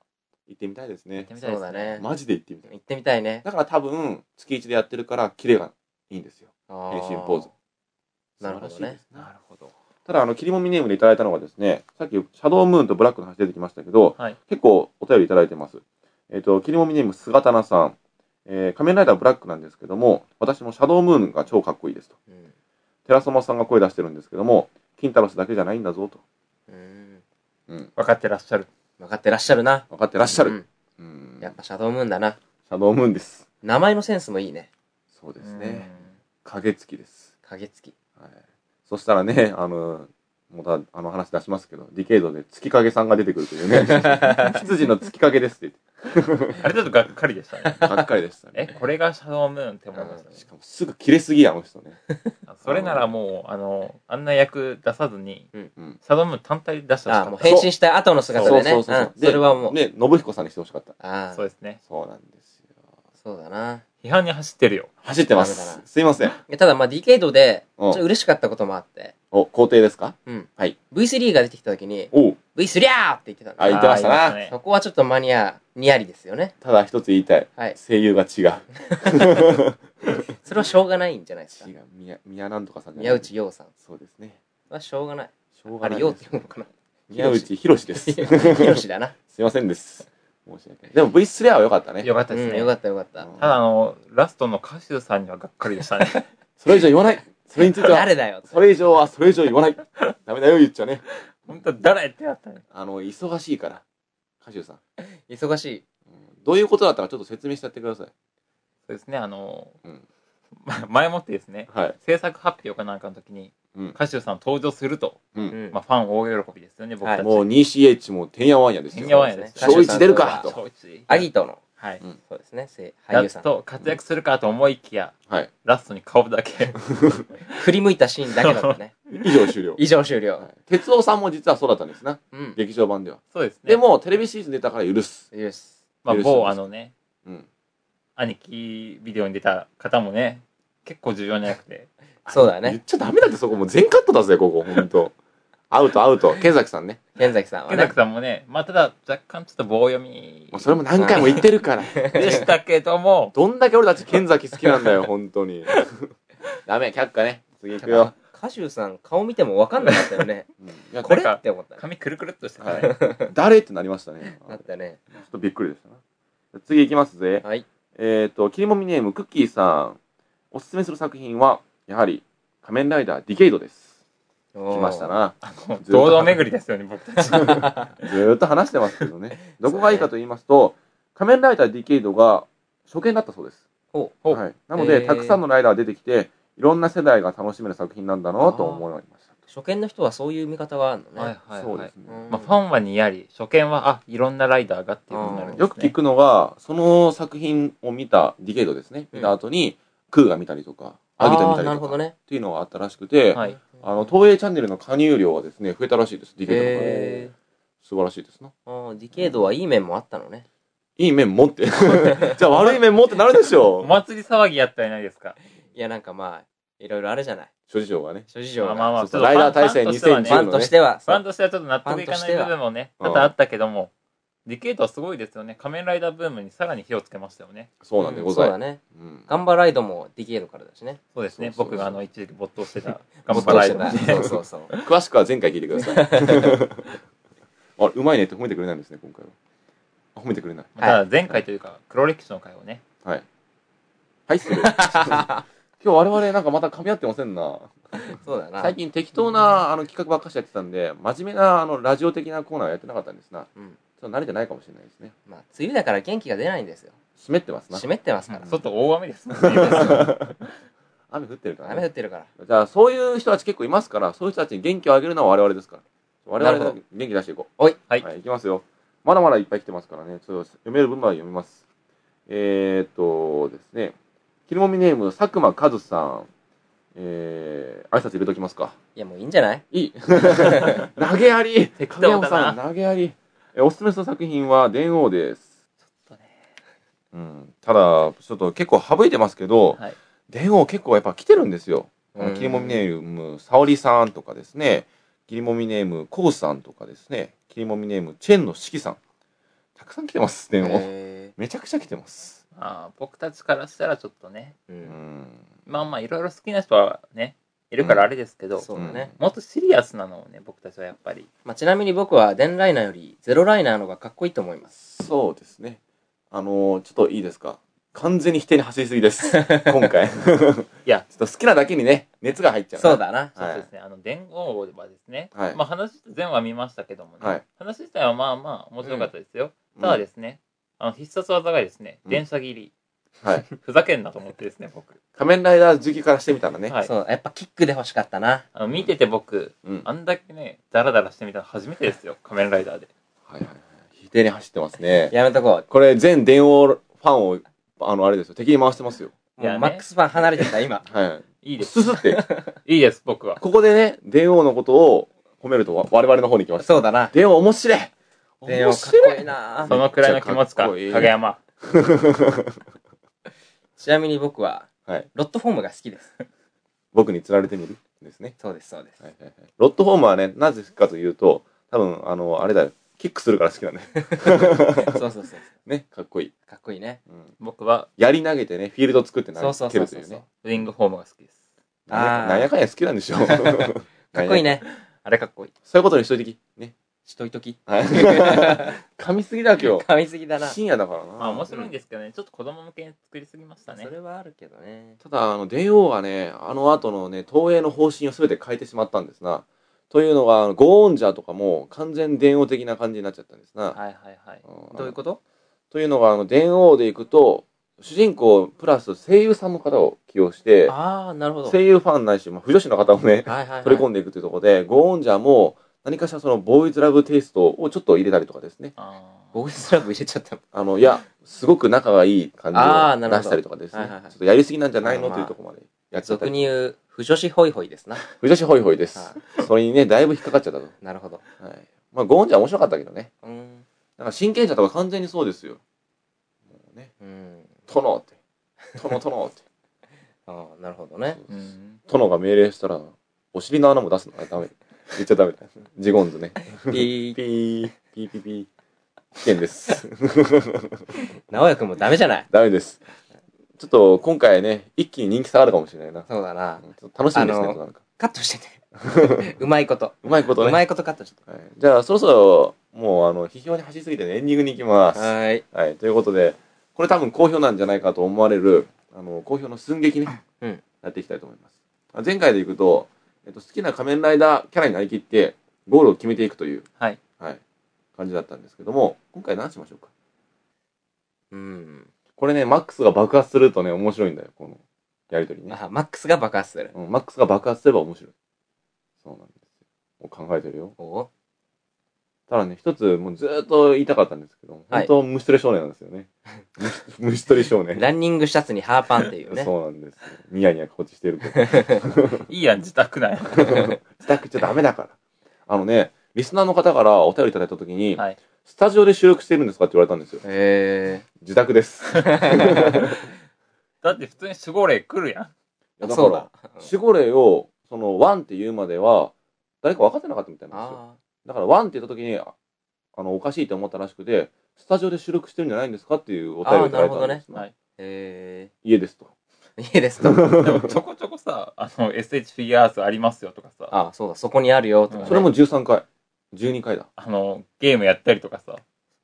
行ってみたいです
行っ
ね
て。みたい
そ
で
うだ
すね。
ね
マジで行ってみたい。
行ってみたいね
だから多分、月1でやってるから、キレがいいんですよ。変
変
身ポーズ。
なるほどね
素晴らしいです
なるほど。
ただ、あの、キリモミネームでいただいたのがですね、さっき、シャドームーンとブラックの話出てきましたけど、
はい
結構お便りいただいてます。えっ、と、キリモミネーム、菅田菜さん。えー、仮面ライダーブラックなんですけども、私もシャドームーンが超かっこいいですと。
うん
寺様さんが声出してるんですけども、金太郎氏だけじゃないんだぞと。
うん
うん。
分かってらっしゃる。
分かってらっしゃるな
分かってらっしゃる。うん。
うん
や
や
っ
っ
ぱ
ぱシャドウムーンだな
シャドームーンです。
名前のセンスもいいね
そうで
です
ね。影月です。
影月
はい。そしたらね、あの、また、あの話出しますけど、ディケイドで月影さんが出てくるという ね。羊の月影ですって
あれちょっとがっかりでしたね。
言って、がっかりでしたね。
え、これがシャドウムーンって思いましたね
しかもすぐ切れすぎや、あの人ね。
あそれならもう、あの、あんな役出さずに、
うん。
シャドウムーン単体で出してほし
あ
か
もう
っ
変身した後の姿でね
そうそうそうそう
うんそれはもう
ね、信彦さんにしてほしかった。
あ
た。
あ
そうですね。
そうなんですよ。
そうだな
批判に走ってるよ。
走ってま
ダメだ
す。
な
すいません。
いやただまあディケイドでち
う
ょ
ん
っと嬉しかったこともあって
お、皇帝ですか
うん
はい。
V3 が出てきた時に
おう。
V3 ーって言ってたん
あ
だ
言ってましたな
あー言ってま
そこはちょっとマニアニヤリですよね
ただ一つ言いたい。
はい
声優が違う。
それはしょうがないんじゃないですか
違う。宮、宮なんとかさんじゃない
宮内。洋さん
そうですね。
はしょうがない
しょう
あ
がな
れ
い
洋
で
っ
す
て。読むのかな
宮内博士 です。
ヒロシだな
すいませんです。申し訳ない。でも V3 は良かった
すね。
ね。
よかった
う
です
ん
ね。
よかったよかっ
う
た
ん
ただあの、ラストの歌手さんにはがっかりでしたね。
それ以上言わない。それについては、
誰だよ
それ以上はそれ以上言わない。ダメだよ、言っちゃね。
本当誰ってやったね。
あの、忙しいから。歌手さん。
忙しい
うんどういうことだったかちょっと説明してやってください。
そうですね、あの、
うん
ま 前もってですね、
はい。
制作発表かなんかの時に、
うん。
歌手さん登場すると、
う。
うんん
まあ、ファン大喜びですよね、僕たち。
はい
もう 2CH もてんやわんやです
て
よ。
んやわんやです。
そうですね
小一出るか
小一
アギトの
はい。
うん
そうですねせ俳
や
優
っ
さん
と活躍するかと思いきや、
はい。
ラストに顔だけ。
振り向いたシーンだけだったね
以上終了。
以上終了
はい哲夫さんも実はそうだったんですな。
うん
劇場版では。
そうですね。
で、も、テレビシリーズに出たから許す。
よし
まあ、
許して
某
ます
あのね、
うん。
兄貴ビデオに出た方もね、結構重要な役で。
そうだ
言っ
ね
ちゃダメだってそこもう全カットだぜ、ここ、ほんと。アウト、アウト。健作さんね。
剣崎さんは
池
ね
崎さんもね、まあ、ただ若干ちょっと棒読み
もうそれも何回も言ってるから。
でしたけども、
どんだけ俺たち剣崎好きなんだ よ、本当に。ダメ、却下ね。次行くよ。
歌手さん顔見ても分かんなかったよね
うんいや
これ
なんか
って思ったね
髪くるくるっとしてたね。
はい誰ってなりましたね。
な
ちょ
ったね
っとびっくりでしたな。次行きますぜ。
はい
えっ、と、切りもみネーム、クッキーさん。おすすめする作品は、やはり、仮面ライダーディケイドです。
来
来ました な。
もう 堂々巡りですよね、僕たち。
ずーっと話してますけど ね。どこがいいかと言いますと、仮面ライダーディケイドが初見だったそうです。
ほう
はい、なので、
へー
たくさんのライダーが出てきて、いろんな世代が楽しめる作品なんだなと思いました。
初見の人はそういう見方はあるのね。
はいはい
そう
は
で
い
す。ね、
うん
まあ、ファンはにやり、初見は、あ、いろんなライダーがっていうふうになるんです、ね、
よく聞くのが、その作品を見た、ディケイドですね、
うん
見た後に、クーが見たりとか、アギト見
あー
た
な
り
る
と
ほ
か、
ど
っ
ね。
ていうのがあったらしくて、
はい
あの、東映チャンネルの加入量はですね、増えたらしいです、ディケイドの方で。
へ
素晴らしいですな。
ーあーディケイドはいい面もあったのね。
いい面持って。 じゃあ悪い面持ってなるでし
お
ょう。
祭り騒ぎやったじゃないですか。
いや、なんかまあ、いろいろあるじゃない。
諸事情がね。
諸事情が。
まあまあ
そうそう
ちょっと
ライダー大戦
ファンとしては
フ
ね
2010
ァンとしては、
ファンとしてはちょっと納得いかない部分もね、
ファンとしては
多々あったけども、ディケイトはすごいですよね。仮面ライダーブームにさらに火をつけましたよね。
そうなんでご
そ
ざ
う
い
だ
ます。
ね。
うん
ガンバライドもディケイドからだしね。
そうですね。
そうそうそう
僕があの、一時期没頭し てた、ガンバライダー
没頭して
ね
たそうそう そう。
詳しくは前回聞いてください。 あ、うまいねって褒めてくれないんですね、今回は。あ褒めてくれない。
ただ前回というか、黒歴史の回をね、
はい。はい、 する。今日我々なんかまた噛み合ってませんな。
そうだな。
最近適当なあの企画ばっかしやってたんで、真面目なあのラジオ的なコーナーはやってなかったんですな。
うん
ちょっと慣れてないかもしれないですね。
まあ、梅雨だから元気が出ないんですよ。
湿ってますな。
湿ってますから。
外大雨ですもんね。
雨降ってるから
雨降っ
ね。
てるから。
じゃあ、そういう人たち結構いますから、そういう人たちに元気をあげるのは我々ですから。我々
なる
が
ほど
元気出していこう。
はい。
はい、いきますよ。まだまだいっぱい来てますからね、ちょっと読める分まで読みます。えー、っとですね、切りもみネーム、佐久間和さん、えー、挨拶入れときますか。
いや、もういいんじゃない
いい 投げやり
適
影
当
山
だ
さん、
な。
投げやりえおすすめの作品は、電王です。
ちょっとね
うん、ただ、ちょっと結構省いてますけど、
はい
電王結構やっぱ来てるんですよ。あ
う
の
ん
キリモミネーム、サオリさんとかですね、キリモミネーム、コウさんとかですね、キリモミネーム、チェンのシキさん。たくさん来てます、電王。
へ
めちゃくちゃ来てます。
まあ、僕たちからしたらちょっとね、
ーう
うんん。
まあまあ、いろいろ好きな人はね、いるからあれですけど、
そうだね。
もっとシリアスなのをね、僕たちはやっぱり。
まあ、ちなみに僕は、デンライナーよりゼロライナーの方がかっこいいと思い ます。
そうですね。あのーちょっといいですか。完全に否定に走りすぎです。今回。
いや、
ちょっと好きなだけにね、熱が入っちゃう。
そう。だな。
はい
そうですね、あの、伝王はですね、
はい
まあ話前は見ましたけどもね、
はい
話自体はまあまあ面白かったですよ。
うん
ただですね、あの必殺技がですね、
うん
電車切り、
はい。
ふざけんなと思ってですね、 僕。
仮面ライダー時期からしてみたらね。
はい。
そう、やっぱキックで欲しかったな。
あの見てて僕、
うん。
あんだけね、ダラダラしてみたの初めてですよ、仮面ライダーで。
はいはいはい。否定に走ってますね。
やめとこ
これ、全電王ファンを、あの、あれですよ。敵に回してますよ。
う。
いや
もう
ね
マックスファン離れてた、今。
はい
い
い。
です。
すすって。
いいです、僕は。
ここでね、電王のことを褒めるとわ我々の方に来ました。
そうだな。
電王面白い
電王かっこいいな
そのくらいの気持ちか、
めっちゃかっこいい
影山。
ちなみに僕は、
はい。
ロットフォームが好きです。
僕に釣られてみるですね。
そうです、そうです
は。いはいはい。ロットホームはね、なぜかというと、多分、あの、あれだよ。キックするから好きなんだよ。
そうそうそう。
ね、かっこいい。
かっこいいね。
うん。
僕は、
槍投げてね、フィールド作って投
そうそう
げ
そ
蹴
う
る
そ
とい
う
うね。
ウィングホームが好きです。
あー
なんやかんや好きなんでしょ。か
かっこいい。ね。
あれかっこいい。
そういうことにしといてき。ね。
しといとき。
はい。 噛みすぎだ今日。
噛みすぎだな。
深夜だからな。
まあ面白いんですけどね、ちょっと子供向けに作りすぎましたね
そ。れはあるけどね。
ただ、あの、電王はね、あの後のね、東映の方針を全て変えてしまったんですな。というのが、あのゴーオンジャーとかも完全電王的な感じになっちゃったんですな。
はいはいはい。
ん
どういうこと
というのが、あの、電王でいくと、主人公プラス声優さんの方を起用して、
ああ、なるほど。
声優ファンないし、まあ、不女子の方をね、
はいはいはい。
取り込んでいくというところで、ゴーオンジャーも何かしらそのボーイズラブテイストをちょっと入れたりとかですね。
あー
ボーイズラブ入れちゃったの。
あの、いや、すごく仲がいい感じ
あーな
を
るほど
出したりとかですね。
はいはいはい
ちょっとやりすぎなんじゃないの
ま
とい
あまあ
うところまでやっちゃった
俗
り。
に言う、不女子ホイホイですな。
不女子ホイホイです。
は
それにね、だいぶ引っかかっちゃったと。
なるほど。
はい。まあ、ゴーンちゃん面白かったけどね。
うーん。
なんか、真剣者とか完全にそうですよ。もうね、
うん。
殿って。殿殿って。
ああ、なるほど ね。
うん
殿が命令したら、お尻の穴も出すのあ、ダメ。言っちゃダメだ。ジゴンズね。
いい。
ピー、ピーピーピー。危険です。
直哉くんもダメじゃない
ダメです。ちょっと、今回ね、一気に人気下がるかもしれないな。
そうだな。
ちょっと楽しみです
あの
ね、なんか。
カットして ね。うまいこと。
うまいこと
うま
ね。
いことカットして。
はい、じゃあ、そろそろ、もう、あの、批評に走りすぎてね、エンディングに行きます。
はーい。
はい、ということで、これ多分好評なんじゃないかと思われる、あの、好評の寸劇ね、
うん
やっていきたいと思います。あ前回でいくと、えっと、好きな仮面ライダーキャラになりきって、ゴールを決めていくという、
はい。
はい、感じだったんですけども、今回何しましょうか。
うん。
これね、マックスが爆発するとね、面白いんだよ、この、やりとりね。
あ、マックスが爆発する。
うん、マックスが爆発すれば面白い。そうなんです。もう考えてるよ。
お
ただね、一つ、もうずーっと言いたかったんですけど、
はい
本当虫取り少年なんですよ ね。虫取り少年。
ランニングシャツにハーパンっていうね。
そうなんですよ。ニヤニヤこっちしてるけど。
いいやん、自宅内。
スタックちゃダメだから。あのね、リスナーの方からお便りいただいたときに、
はい。
スタジオで収録してるんですかって言われたんですよ。
へ
自宅 です。い
だって普通に守護霊来るやん。
や
え。そうだ。。
から守護霊を、その、ワンって言うまでは、誰か分かってなかったみたいなんですよ。
あ
だから、ワンって言ったときに、ああの、おかしいと思ったらしくて、スタジオで収録してるんじゃないんですかっていうお便りをいただいたんですよ
あーなるほどねはい
へ
家ですと。
え。いいです と。
でもちょこちょこさ、あの、SH フィギュアーツありますよとかさ、あ
ああ、そうだ。そこにあるよとかね。
それも13回。12回だ。
の、ゲームやったりとかさ、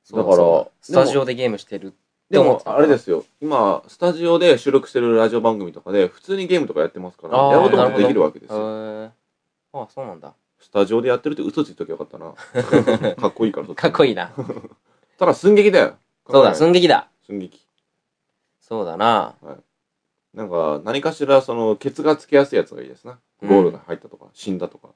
そう
だから
そうスタ
で
ジ
も
オでゲームしてる。
で
どう思っ
も
て、た
あれですよ。今、スタジオで収録してるラジオ番組とかで、普通にゲームとかやってますから、
あー
やろうと思ってできるわけです
へ
よ。
え。ああ、そうなんだ。
スタジオでやってるって嘘ついときゃよかった な。かっこいいから、
かっこ
いい。
いいな。
ただ寸劇だよ。
そうだ、
寸
寸劇だ。
寸劇。
そうだな。
なんか、何かしら、その、ケツがつきやすいやつがいいですな。
うん
ゴールが入ったとか、死んだとか。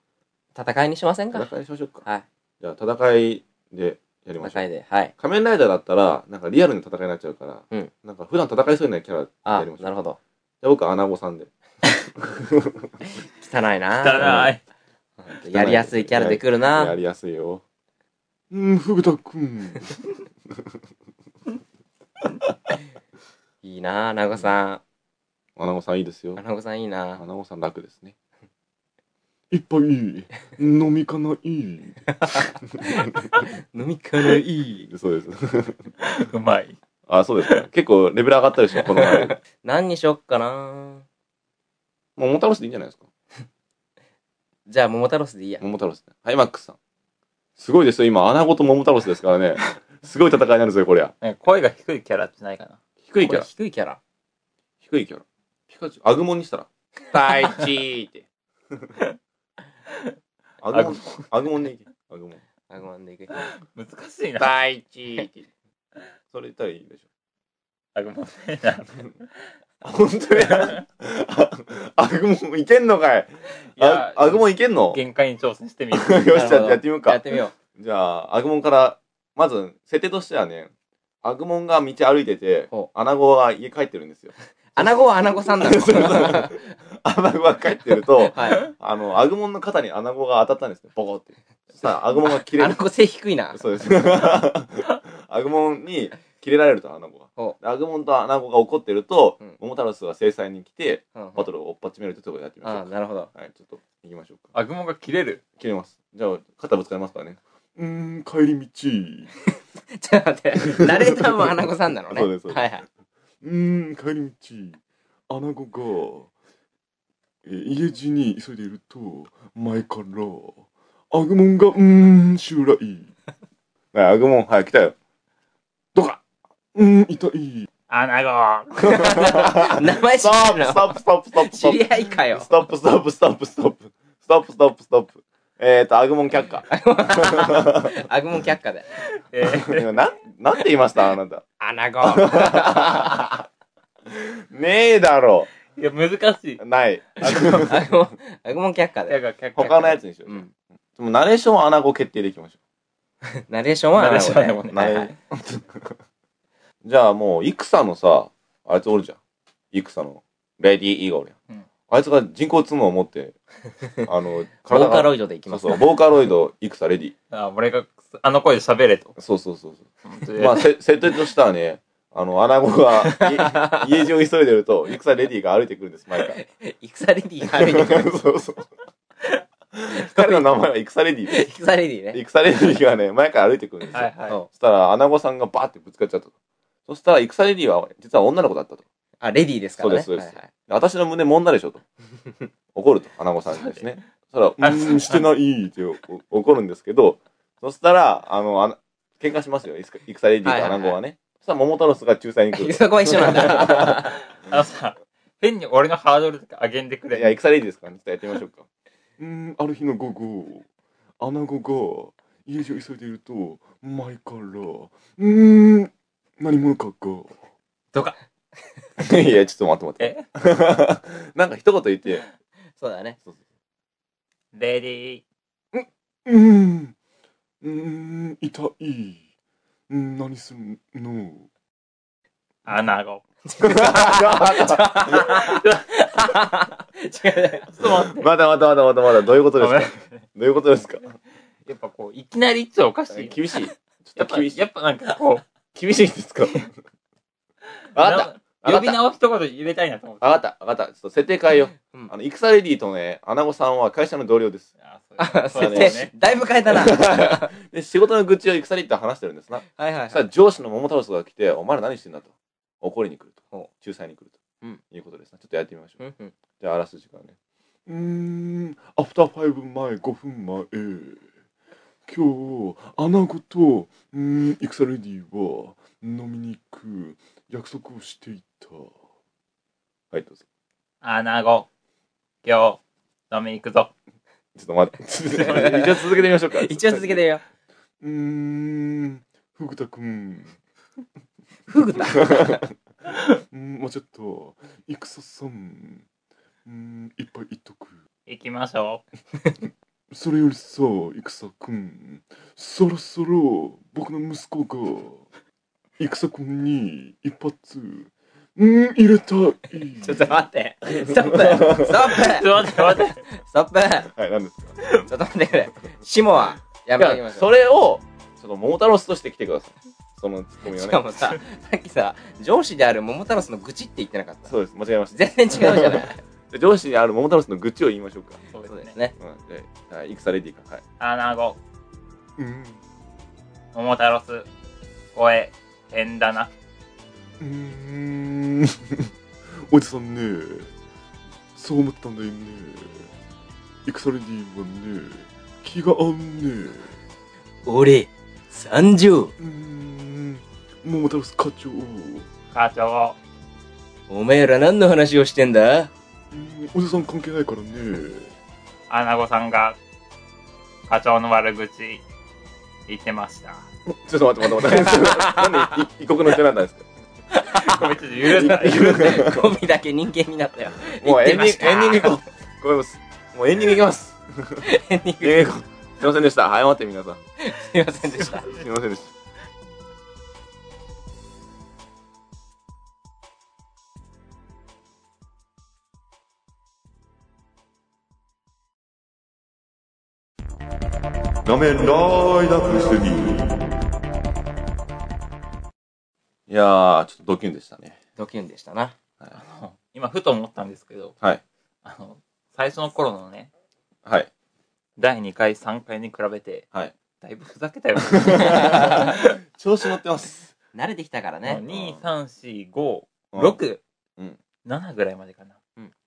戦いにしませんか
戦いしましょうか。
はい。
じゃあ、戦いでやりましょ
戦
う。
いで。はい。
仮面ライダーだったら、なんかリアルに戦いになっちゃうから、
うん
なんか普段戦いそうにないキャラで
あ
や
あ、
りましょう。
なるほど。
じゃあ僕、アナゴさんで。
汚いな。
汚い。
やりやすいキャラで来る
や
な。
りやすいよ。うん、フグタくん。
いいな、アナゴさ
アナゴさんいいですよ
ん。ア。ナゴさんいい
ア
な。
ナゴさん楽ですね。いっぱい飲みかない。
飲み会いい。
そうです。
うまい。
あ、そうですか。結構レベル上がったでしょ、この前。も
何にしよっかな。
う桃太郎氏でいいんじゃないですか。
じゃあ、桃太郎氏でいいや。
桃太郎氏で。ハイマックスさん。すごいですよ、今、アナゴと桃太郎氏ですからね。すごい戦いなんですよ、こりゃ。
なんか声が低いキャラってないかな。
低いキャラ
こ。れ低いキャラ。
低いキャラ。ピカチュウ。アグモンにしたら。
大地って。
アグモン。アグモンでいけ。アグモン。
あ、ごめんでいく。
難しいな。
大地って。
それ言ったらいいでしょ。
あ、ごめんねえな。
本当や。あアグモンいけんのかい。
い
あ
や
アグモンいけんのよ
限界に挑戦してみる。
し、じゃあやってみよう
や
か
っ。てみよ
じゃあ、アグモンから、まず、設定としてはね、アグモンが道歩いてて
ほ、
アナゴは家帰ってるんですよ。
う。アナゴはアナゴさんだろ。
そうそうアナゴが帰ってると、
はい。
あの、アグモンの肩にアナゴが当たったんですよ。ボコって。そしたら、アグモンが切れ
アナ
る。
ゴ背低いな。
そうです。アグモンに切れられると、アナゴ
ほ
が。アグモンとアナゴが怒ってると
うん、
桃太郎氏が制裁に来て、
うん
バトルを追っ始めるってところでやってみまし
あ
ょ
あ、
う
なるほど。
か。はい、ちょっと、行きましょうか。
アグモが切れる。
切れます。じゃあ、肩ぶつかりますからね。うーん、帰り道。
ちょっと待って。ナレーターもアナゴさんなのね。
そうですそうです
はいはいう
ーん、帰り道、アナゴが、えー家路に急いでいると、前から、アグモンが、うーん、襲来。アグモン、はい、来たよ。どかうーん、痛い。
アナゴ。
名前知
スト
って
ッ
る
プ、スト
の
ップ、ストップ、ストップ、スト
知
ッ
り合いか
プ。
よ
ス。トップ、ストップ、ストップ、ストップ。ストップ、ストップ、ストップ。えーと、アグモン却下。
アグモン却下で。
えー
今なん、なんて言いましたあなた。
アナゴ。
ねえだろ。
いや、難 しい。
ない。
アグモン、アグモン却下
いや
で。
が結構
他のやつにしよう
う。ん。
でもナレーションはアナゴ決定でいきましょ
ナレーションはアナゴ
ナレーションはアナゴ
ね
ね。
う。
は
ナ
い
レ
はい。
じゃあもう、戦のさ、あいつおるじゃん。戦の、レディー・イーガおるやん。
うん
あいつが人工知能を持って、あの、
ボーカ
が、
ロイドでいき
そ
ま
う
す
そう、ボーカロイド、戦レディ。
あ、俺が、あの声で喋れと。
そうそうそうそ
本当
う。
に
まあ、せ設定としてはね、あの、アナゴが、い 家路を急いでると、戦レディが歩いてくるんです、毎回。
戦レディが歩いてく る。
そうそう。彼の名前は戦レディです。
戦レディね。
戦レディがね、前から歩いてくるんですよ。
はいはい。
そう
そしたら、アナゴさんがバーってぶつかっちゃったと。そしたら、戦レディは、実は女の子だったと。
あ、レディですからね。
そうですそうです
はいはい
私の胸もんだでしょと。怒ると、アナゴさんにですね。そしたら、うーん、してないっておお怒るんですけど、そしたら、あの、あの喧嘩しますよ、いつか戦レディとアナゴはね。そしたら、桃太郎が仲裁に来る。
そこは一緒なん だ。
あのさ、変に俺のハードルとか上げんでく
いや、
れ。
戦レディですからね。ちょっとやってみましょうか。 うーん、ある日の午後、アナゴが家路を急いでいると、前から、うーん、何者かが。
どか。
いや、ちょっと待って待って。
え
なんか一言言って。
そうだね。
レディー。
うーん、うーん、痛い。うん、何すんの
穴子。
違うね。
ちょっと待って。
まだまだまだまだまだ、どういうことです
ごめん
かどういうことですか
やっぱこう、いきなり言ってたらおかしいよ。
厳しい。ちょ
や
っ
っ
と
ぱ、
厳しい
や。っぱなんかこう、
厳しいです かわかった。
呼び
わかっ
直すところ入れたいなと思って。
た。わかった。わかった。ちょっと設定変えよう。
うん
あの、戦レディとね、アナゴさんは会社の同僚です。
あ
あ、
そ
設
う
だね
です
定
ね。、
だいぶ変え たな。は
で、仕事の愚痴を戦レディと話してるんですな。
いはい
さ
は
あ
い。
上司の桃太郎さんが来て、お前ら何してんだと。怒りに来ると
ほ。
仲裁に来ると。
うん
いうことですね。ちょっとやってみましょう。
うんうん
じゃあ、あらすじからね。うーん、アフターファイブ前、5分前。今日、アナゴと、うーん、イクサレディは飲みに行く約束をしていた。はい、どうぞ。
穴子。今日、飲みに行くぞ。
ちょっと待って。 一応続けてみましょうか。
一応続けて。よ。
うーん、ふぐたくん。
フグだ。
うん、もうちょっと、いくささん、うん、いっぱい言っとく。
行きましょう。
それよりさ、いくさくん、そろそろ僕の息子が、いくさくんに一発、うん、入れたい。
ちょっと待って。ストップストッ
ち
プ
ょっと待って待って。
ストップ
はい、なんですか
ちょっと待ってくれ。シモは、や
い
めとき
や、
ましょ
それを、ちょっと桃太郎として来てください。そのツッコ
う。
ミを
し
ね
か。もさ、さっきさ、上司である桃太郎さんの愚痴って言ってなかった。
そうです、間違えまし
全然違うじゃない。
た。上司にある桃太郎の愚痴を言いましょうか。
そう
そう
で
ですす
ね。
う
ね。
ん、じゃあ、はい、いくさレディーか。はい。
穴子、
うん、
桃太郎す、声、変だな。
うん、 おじさんね、そう思ったんだよね。イクサレディはね、気が合うね。
俺、三条。
うん、桃太郎課長。うん
課長、
おめえら何の話をしてんだ
おじさん関係ないからね。
穴子さんが、課長の悪口、言ってました。
ちょっと待って待って待って。なんで異国の人なんですか
ごめん、ちょっと許せない。許せない。
ゴミだけ人間になったよ。
もうエンデ
言ってま
ィン
した
グ、エンディング行こう。ごめんなさい。もうエンディング行きます。
エンディング
エンディング行こう。すいませんでした。謝って皆さん。
すいませんでした。
すいませんでした。
画面ライダップしてみる
いやー、ちょっとドキュンでしたね。
ドキュンでしたな。
今、ふと思ったんですけど、
はい。
あの、最初の頃のね、
はい。
第2回、3回に比べて、
はい。
だいぶふざけたよね。
調子乗ってます。
慣れてきたから ね。
2、3、4、5、
六
6、
うん
7ぐらいまでかな。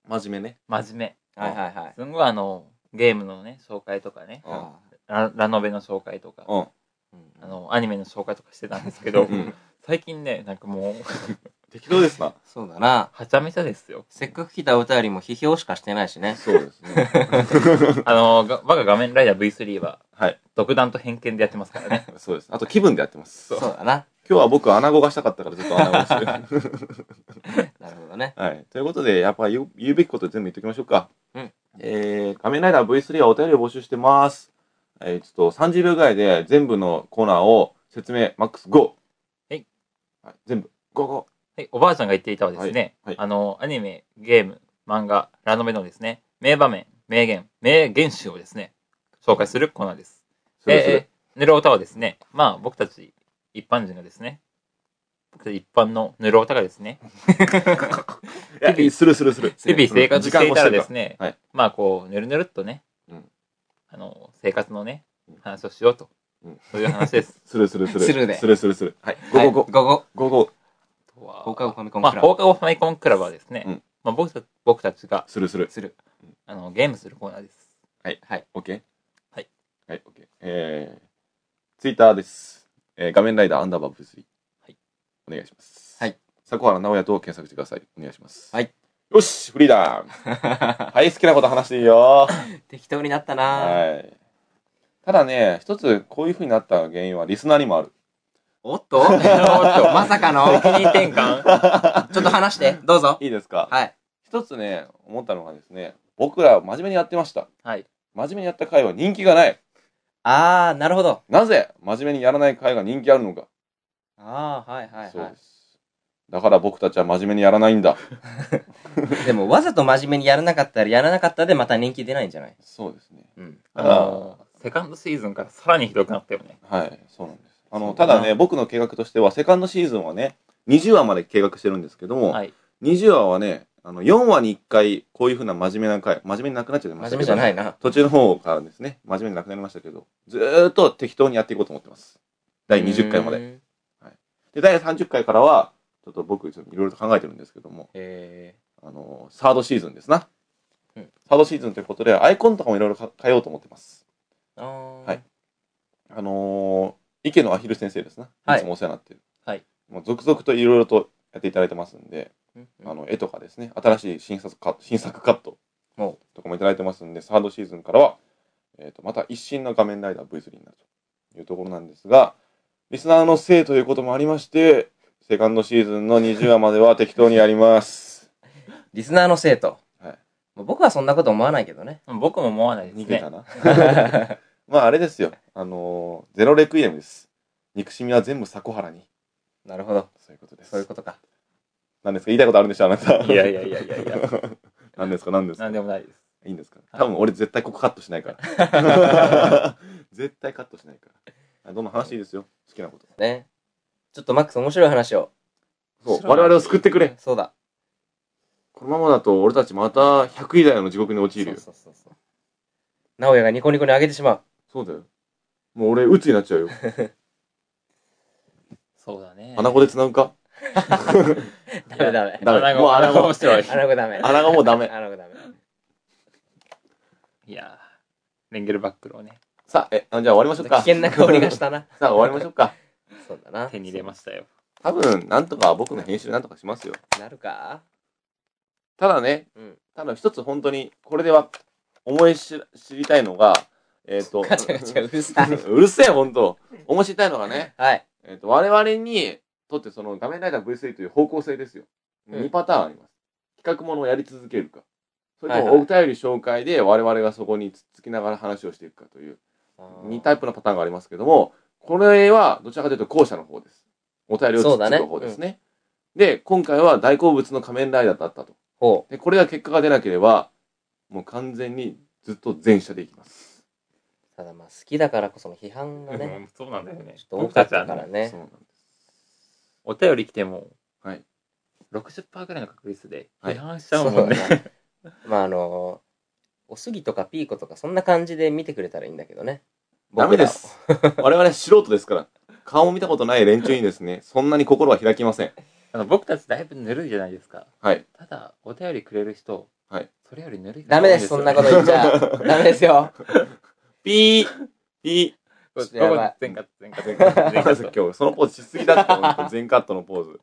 真面目ね。
真面
はいはいはい
目。。すんごいあの、ゲームのね、紹介とかね、
うん
ララノベの紹介とか、
うん。
うん
あの、アニメの紹介とかしてたんですけど、
うん
最近ね、なんかもう、
適当ですな。
そうだな。
はちゃめちゃですよ。
せっかく来たお便りも批評しかしてないしね。
そうですね。
あの、が我が画面ライダー V3 は、
はい。
独断と偏見でやってますからね。
そうです。あと気分でやってます。
そう
今
だな。
日は僕、穴子がしたかったからずっと穴子してる。
なるほどね。
はい。ということで、やっぱ言う言うべきこと全部言っときましょうか。
うん。
えー、仮面ライダー V3 はお便りを募集してます。えー、ちょっと30秒ぐらいで全部のコーナーを説明、マックス5。
はい。
はい、全部、5、
はい、おばあちゃんが言っていたはですね、
はいはい
あの、アニメ、ゲーム、漫画、ラノベのですね、名場面、名言、名言集をですね、紹介するコーナーです。
5。それそ
え
れ。
ー、ぬるおたはですね、まあ僕たち一般人がですね、僕たち一般のぬるおたがですね、
いやするするする。
日々生活していたらです
時間欲し
ね、
いからはい
まあこう、ぬるぬるっとね、
うん
あの、生活のね
うん、
話をしようと、
うん
そういう 話です。
するするする。
するです
るするする。はい。
はい
5、
午
5、
後。
5、5、
放課後ファミコン
まあ
クラブ
放。課後ファミコンクラブはですね、
うん
まあ僕た僕たちが
するする。
する。
あのゲームするコーナーです。
OK?
はい。
はい、OK。えー、ツイッターです。えー、画面ライダーアンダーバー V3。
はい。
お願いします。
はい。
迫原直哉と検索してください。お願いします。
はい。
よし、フリーダ ーはい、好きなこと話していいよ。
適当になったな。
はい。ただね、一つこういう風になった原因はリスナーにもある。
おっと おっとまさかの
責任転 換
ちょっと話して。どうぞ。
いいですか
はい。
一つね、思ったのがですね、僕ら真面目にやってました。
はい。
真面目にやった回は人気がない。
あー、なるほど。
なぜ真面目にやらない会が人気あるのか。
あー、はいはい
そう
は
です。だから僕たちは真面目にやらないんだ。
い。でも、わざと真面目にやらなかったらやらなかったでまた人気出ないんじゃない
そうですね。
うん。
あのセカンドシーズンからさらにひどくなったよね。
はい、そうなんです。あ
そ
の、
うだ
た
な
だね、僕の計画としては、セカンドシーズンはね、20話まで計画してるんですけども、
はい。
20話はね、あの、4話に1回、こういうふうな真面目な回、真面目になくなっちゃいま
真
したけ
面目
ど。
じゃないいな。
途中の方からですね、真面目になくなりましたけど、ずーっと適当にやっていこうと思ってます。第20回まで。
で。
で、第30回からは、ちょっと僕、いろいろと考えてるんですけども、
え
あの、サードシーズンですな。
うん
サードシーズンということで、アイコンとかもいろいろ変えようと思ってます。
ー。あー。
はいあのー池野アヒル先生ですな。
はい
いつもお世話になってる。
はい。
もう続々といろいろとやっていただいてますんで、
うん
あの、絵とかですね、新しい新作カ新作カット
お
とかもいただいてますんで、サードシーズンからは、えっ、と、また一新の仮面ライダー V3 になるというところなんですが、リスナーのせいということもありまして、セカンドシーズンの20話までは適当にやります。
リスナーの生徒。
はい
まあ僕はそんなこと思わないけどね。
僕も思わないですね。
逃げたな。 まあ、あれですよ。あのーゼロレクイエムです。憎しみは全部迫原に。
なるほど。
そういうことです。
そういうことか。
なんですか言いたいことあるんでしょあなた。
いやいやいやいや いや。
何ですか何ですか
なんでもないです。
いいんですか
はい
多分俺絶対ここカットしない から。絶対カットしないから。あどんな話いいですよ。好きなこと。
ね。ちょっとマックス面白い話を。
そう
知。らない
我々を救ってくれ。
そうだ。
このままだと俺たちまた100以内の地獄に陥るよ。
そうそうそうそう。直哉がニコニコに上げてしまう。
そうだよ。もう俺、鬱になっち ゃうよ。
そうだね。
穴子で繋ぐか
ダメダメ。
ダメ
穴子
もう穴
穴
子
子面白い。
穴子ダメ。
穴子もうダメ。
穴子ダメ。
いやーレンゲルバックルをね、
さあ、え、あじゃあ終わりましょう
危
か。
険な香りがしたな。
さあ終わりましょうか。
そうだな
手。に入れましたよ。
多分、なんとか僕の編集なんとかしますよ。
なるか
ただね、
うん
ただ一つ本当に、これでは思い知ら知りたいのが、えっ、 と、
ガチャガチャうるさい。
うるせえ、ほんと。面白いたいのがね、
はい。
えっ、と、我々にとってその画面ライダー V3 という方向性ですよ。
うん
2パターンあります。企画ものをやり続けるか。それと
はい
もお便り紹介で我々がそこにつっつきながら話をしていくかという2タイプのパターンがありますけども、これはどちらかというと後者の方です。お便りをつっつく方です
そう
ね。で、今回は大好物の仮面ライダーだったと。
ほ
で、これが結果が出なければ、もう完全にずっと前者でいきます。
う。ただまあ好きだからこその批判が
う
ね、
んそうなんだよね
ち。ょっと多
僕
か
た
っ
ちは
た
ね
から
そ
ね
う。なんです。
お便り来ても、
はい。
60%ぐらいの確率で
はい
批判しちゃ
そう
もんね。
だな。まああの、おすぎとかピーコとかそんな感じで見てくれたらいいんだけどね。
ダ
僕
メ
ら
で
を
す。我々素人ですから。顔も見たことない連中にですね、そんなに心は開きません。
あの僕たちだいぶぬるいじゃないですか。
はい。
ただ、お便りくれる人、
はい
それよりぬるい
ダメです、そんなこと 言っちゃ。ダメですよ。
ピーピ
ち
と
ょっとやばい
全カット、全カット、全カット全カッ
ー今日、そのポーズしすぎだって、ほんと全カットのポーズ。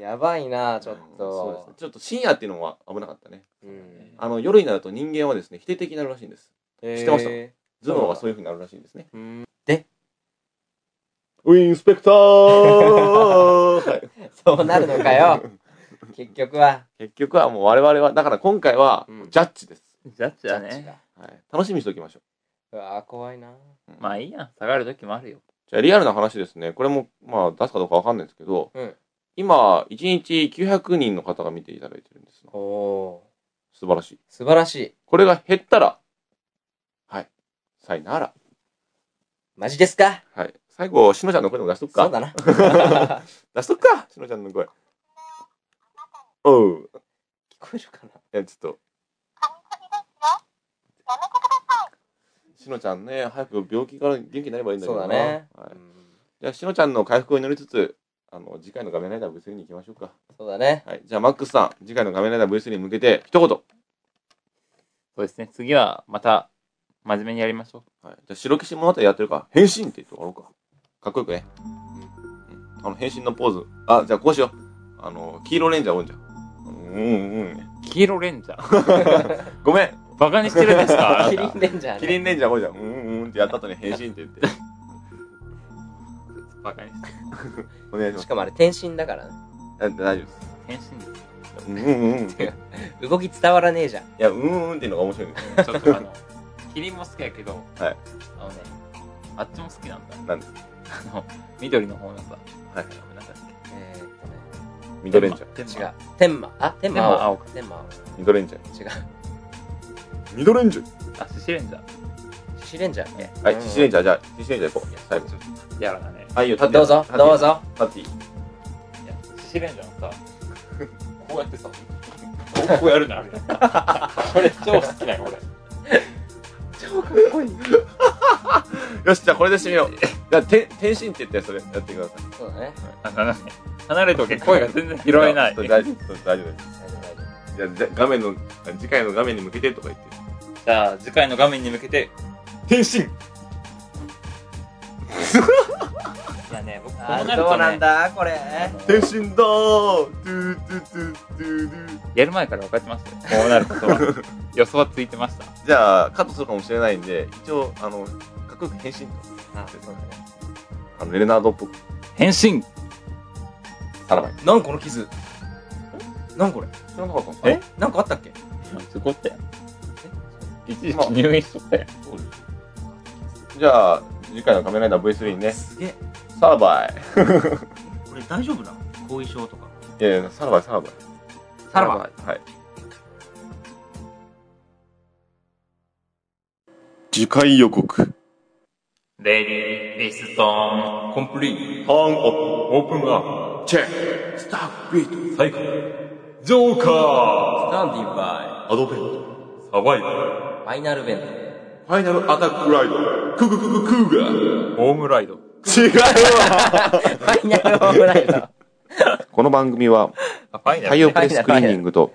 やばいなちょっ
そうです
と
ね。。ちょっと深夜っていうのは危なかったね。
うん
あの、夜になると人間はですね、否定的になるらしいんです。知ってました
へ
頭脳がそういうふうになるらしいんですね。
ーうん
ウィンスペクター はい
そうなるのかよ。 結局は。
結局はもう我々は、だから今回は
うん、
ジャッジです。
トジャッジだね。
う
はい、楽しみにしておきましょう。
わぁ、怖いな
まあいいやん。下がる時もあるよ。
じゃあリアルな話ですね。これも、まあ出すかどうかわかんないですけど、
うん
今、1日900人の方が見ていただいてるんです。
おお
素晴らしい。
ー素晴らしい。
これが減ったら、はい。さいなら。
マジですか
はい。最後、しのちゃんの声でも出しとく
そ
か。
う だな。
出しとくか、しのちゃんの声。おう。
聞こえるかな
え、ちょっと。しのちゃんね、早く病気から元気になればいいんだけ
そう
どな。
だね。
はい
うん
じゃあ、しのちゃんの回復を祈りつつ、あの、次回の画面ライダー V3 に行きましょうか。
そうだね。
はい。じゃあ、マックスさん、次回の画面ライダー V3 に向けて、一言。
そうですね。次はまた、真面目にやりましょう。
はい、じゃあ白騎士物語やってるから変身って言って終わろうかかっこよくね、うん、あの変身のポーズあじゃあこうしようあの黄色レンジャーおんじゃんうんうんうん
黄色レンジャー。
ごめん
バカにしてるんです かあ
キ
な
リン
た
レンジャーね。
キリンレンジャーおんじゃんうんうんうんってやった後に変身って言って
バカにしてる。
お願いしま
し
す
かもあれ、転身だからね。
あ大丈夫です
変身です。
うんうんうんい
動き伝わらねえじゃん。
やうんうんっていうのが面白いんです
ちょっとあの、キリンも好きやけど、
はい
あのね、あっちも好きなんだ。
なんですか
あの、緑の方のさ、
はい。
なんだっけ
えーっとね
ミドレンジャー。
天
違
馬
う。天馬。あ、天
天馬
馬
青
青
か
か。天馬青。
ミドレンジャ
違う。
ー。ミドレンジャー
あ、シシレンジャー。
シシレンジャーね。
はい、シシレンジャー、じゃあ、シシレンジャー行こう。最後。
ちょっとやらなね。
はい、いいよ、立って
どうぞ、
立って
どう。ぞ。
立っていい。
いや、シシレンジャーのさ、 こうやってさ、こうやるのあるやん。 これ超好きなんよ、俺。
よし、じゃあこれでしてみよう。じゃあ、て天心って言って、それやってください。
そうだね。
なんかね、離れておけ、声が全然拾えない。
それ
じ
大丈夫、それ大丈夫です。
大丈夫大丈
じゃあ、じゃ画面の、次回の画面に向けてとか言って。
ゃあ、次回の画面に向けて、
天心
いやね、僕、こう
夫。
な
あ、
る
ど
と
うなん
ね、
だこれ。
天心だードゥードゥドゥドゥドゥ
やる前から分かってましたよ。こうなることは。予想はついてました。
じゃあ、カットするかもしれないんで、一応、あの、かっこよく変身と。
あ、そうだね。
あの、レナードっぽく、
変身
さらばに。
なんこの傷。なんこれ。
知らなかったんです
かえ
なんかあったっけ
すごったやん。一時
まあ
期入院しとったやん。
じゃあ、次回の仮面ライダー V3 ね、
すげえ。
さらばい。
これ大丈夫なの後遺症とか
いやいや、さらばい、さらばい。
さらば。
い。はい。
次回予告。
レディー、リストーン、コンプリート。
ターンアップ、オープンアップ、チェック、スタート、ビート、サイクル、ジョーカ
ダンディバ
ー、アドベント、サバイバ
イ。ファイナルベント。
ー、ファイナルアタックライド、クククククーガー。
ホームライド。
違うわ
ファイナルオブライド。
この番組は、
あ、ファイナ
太
ル
陽
ね。
プレスクリーニングと、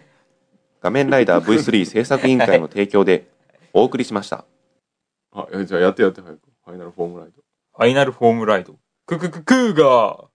画面ライダー V3 制作委員会の提供でお送りしました。
あ、じゃあやってやって早く。ファイナルフォームライド。
ファイナルホームライド。ククククーガー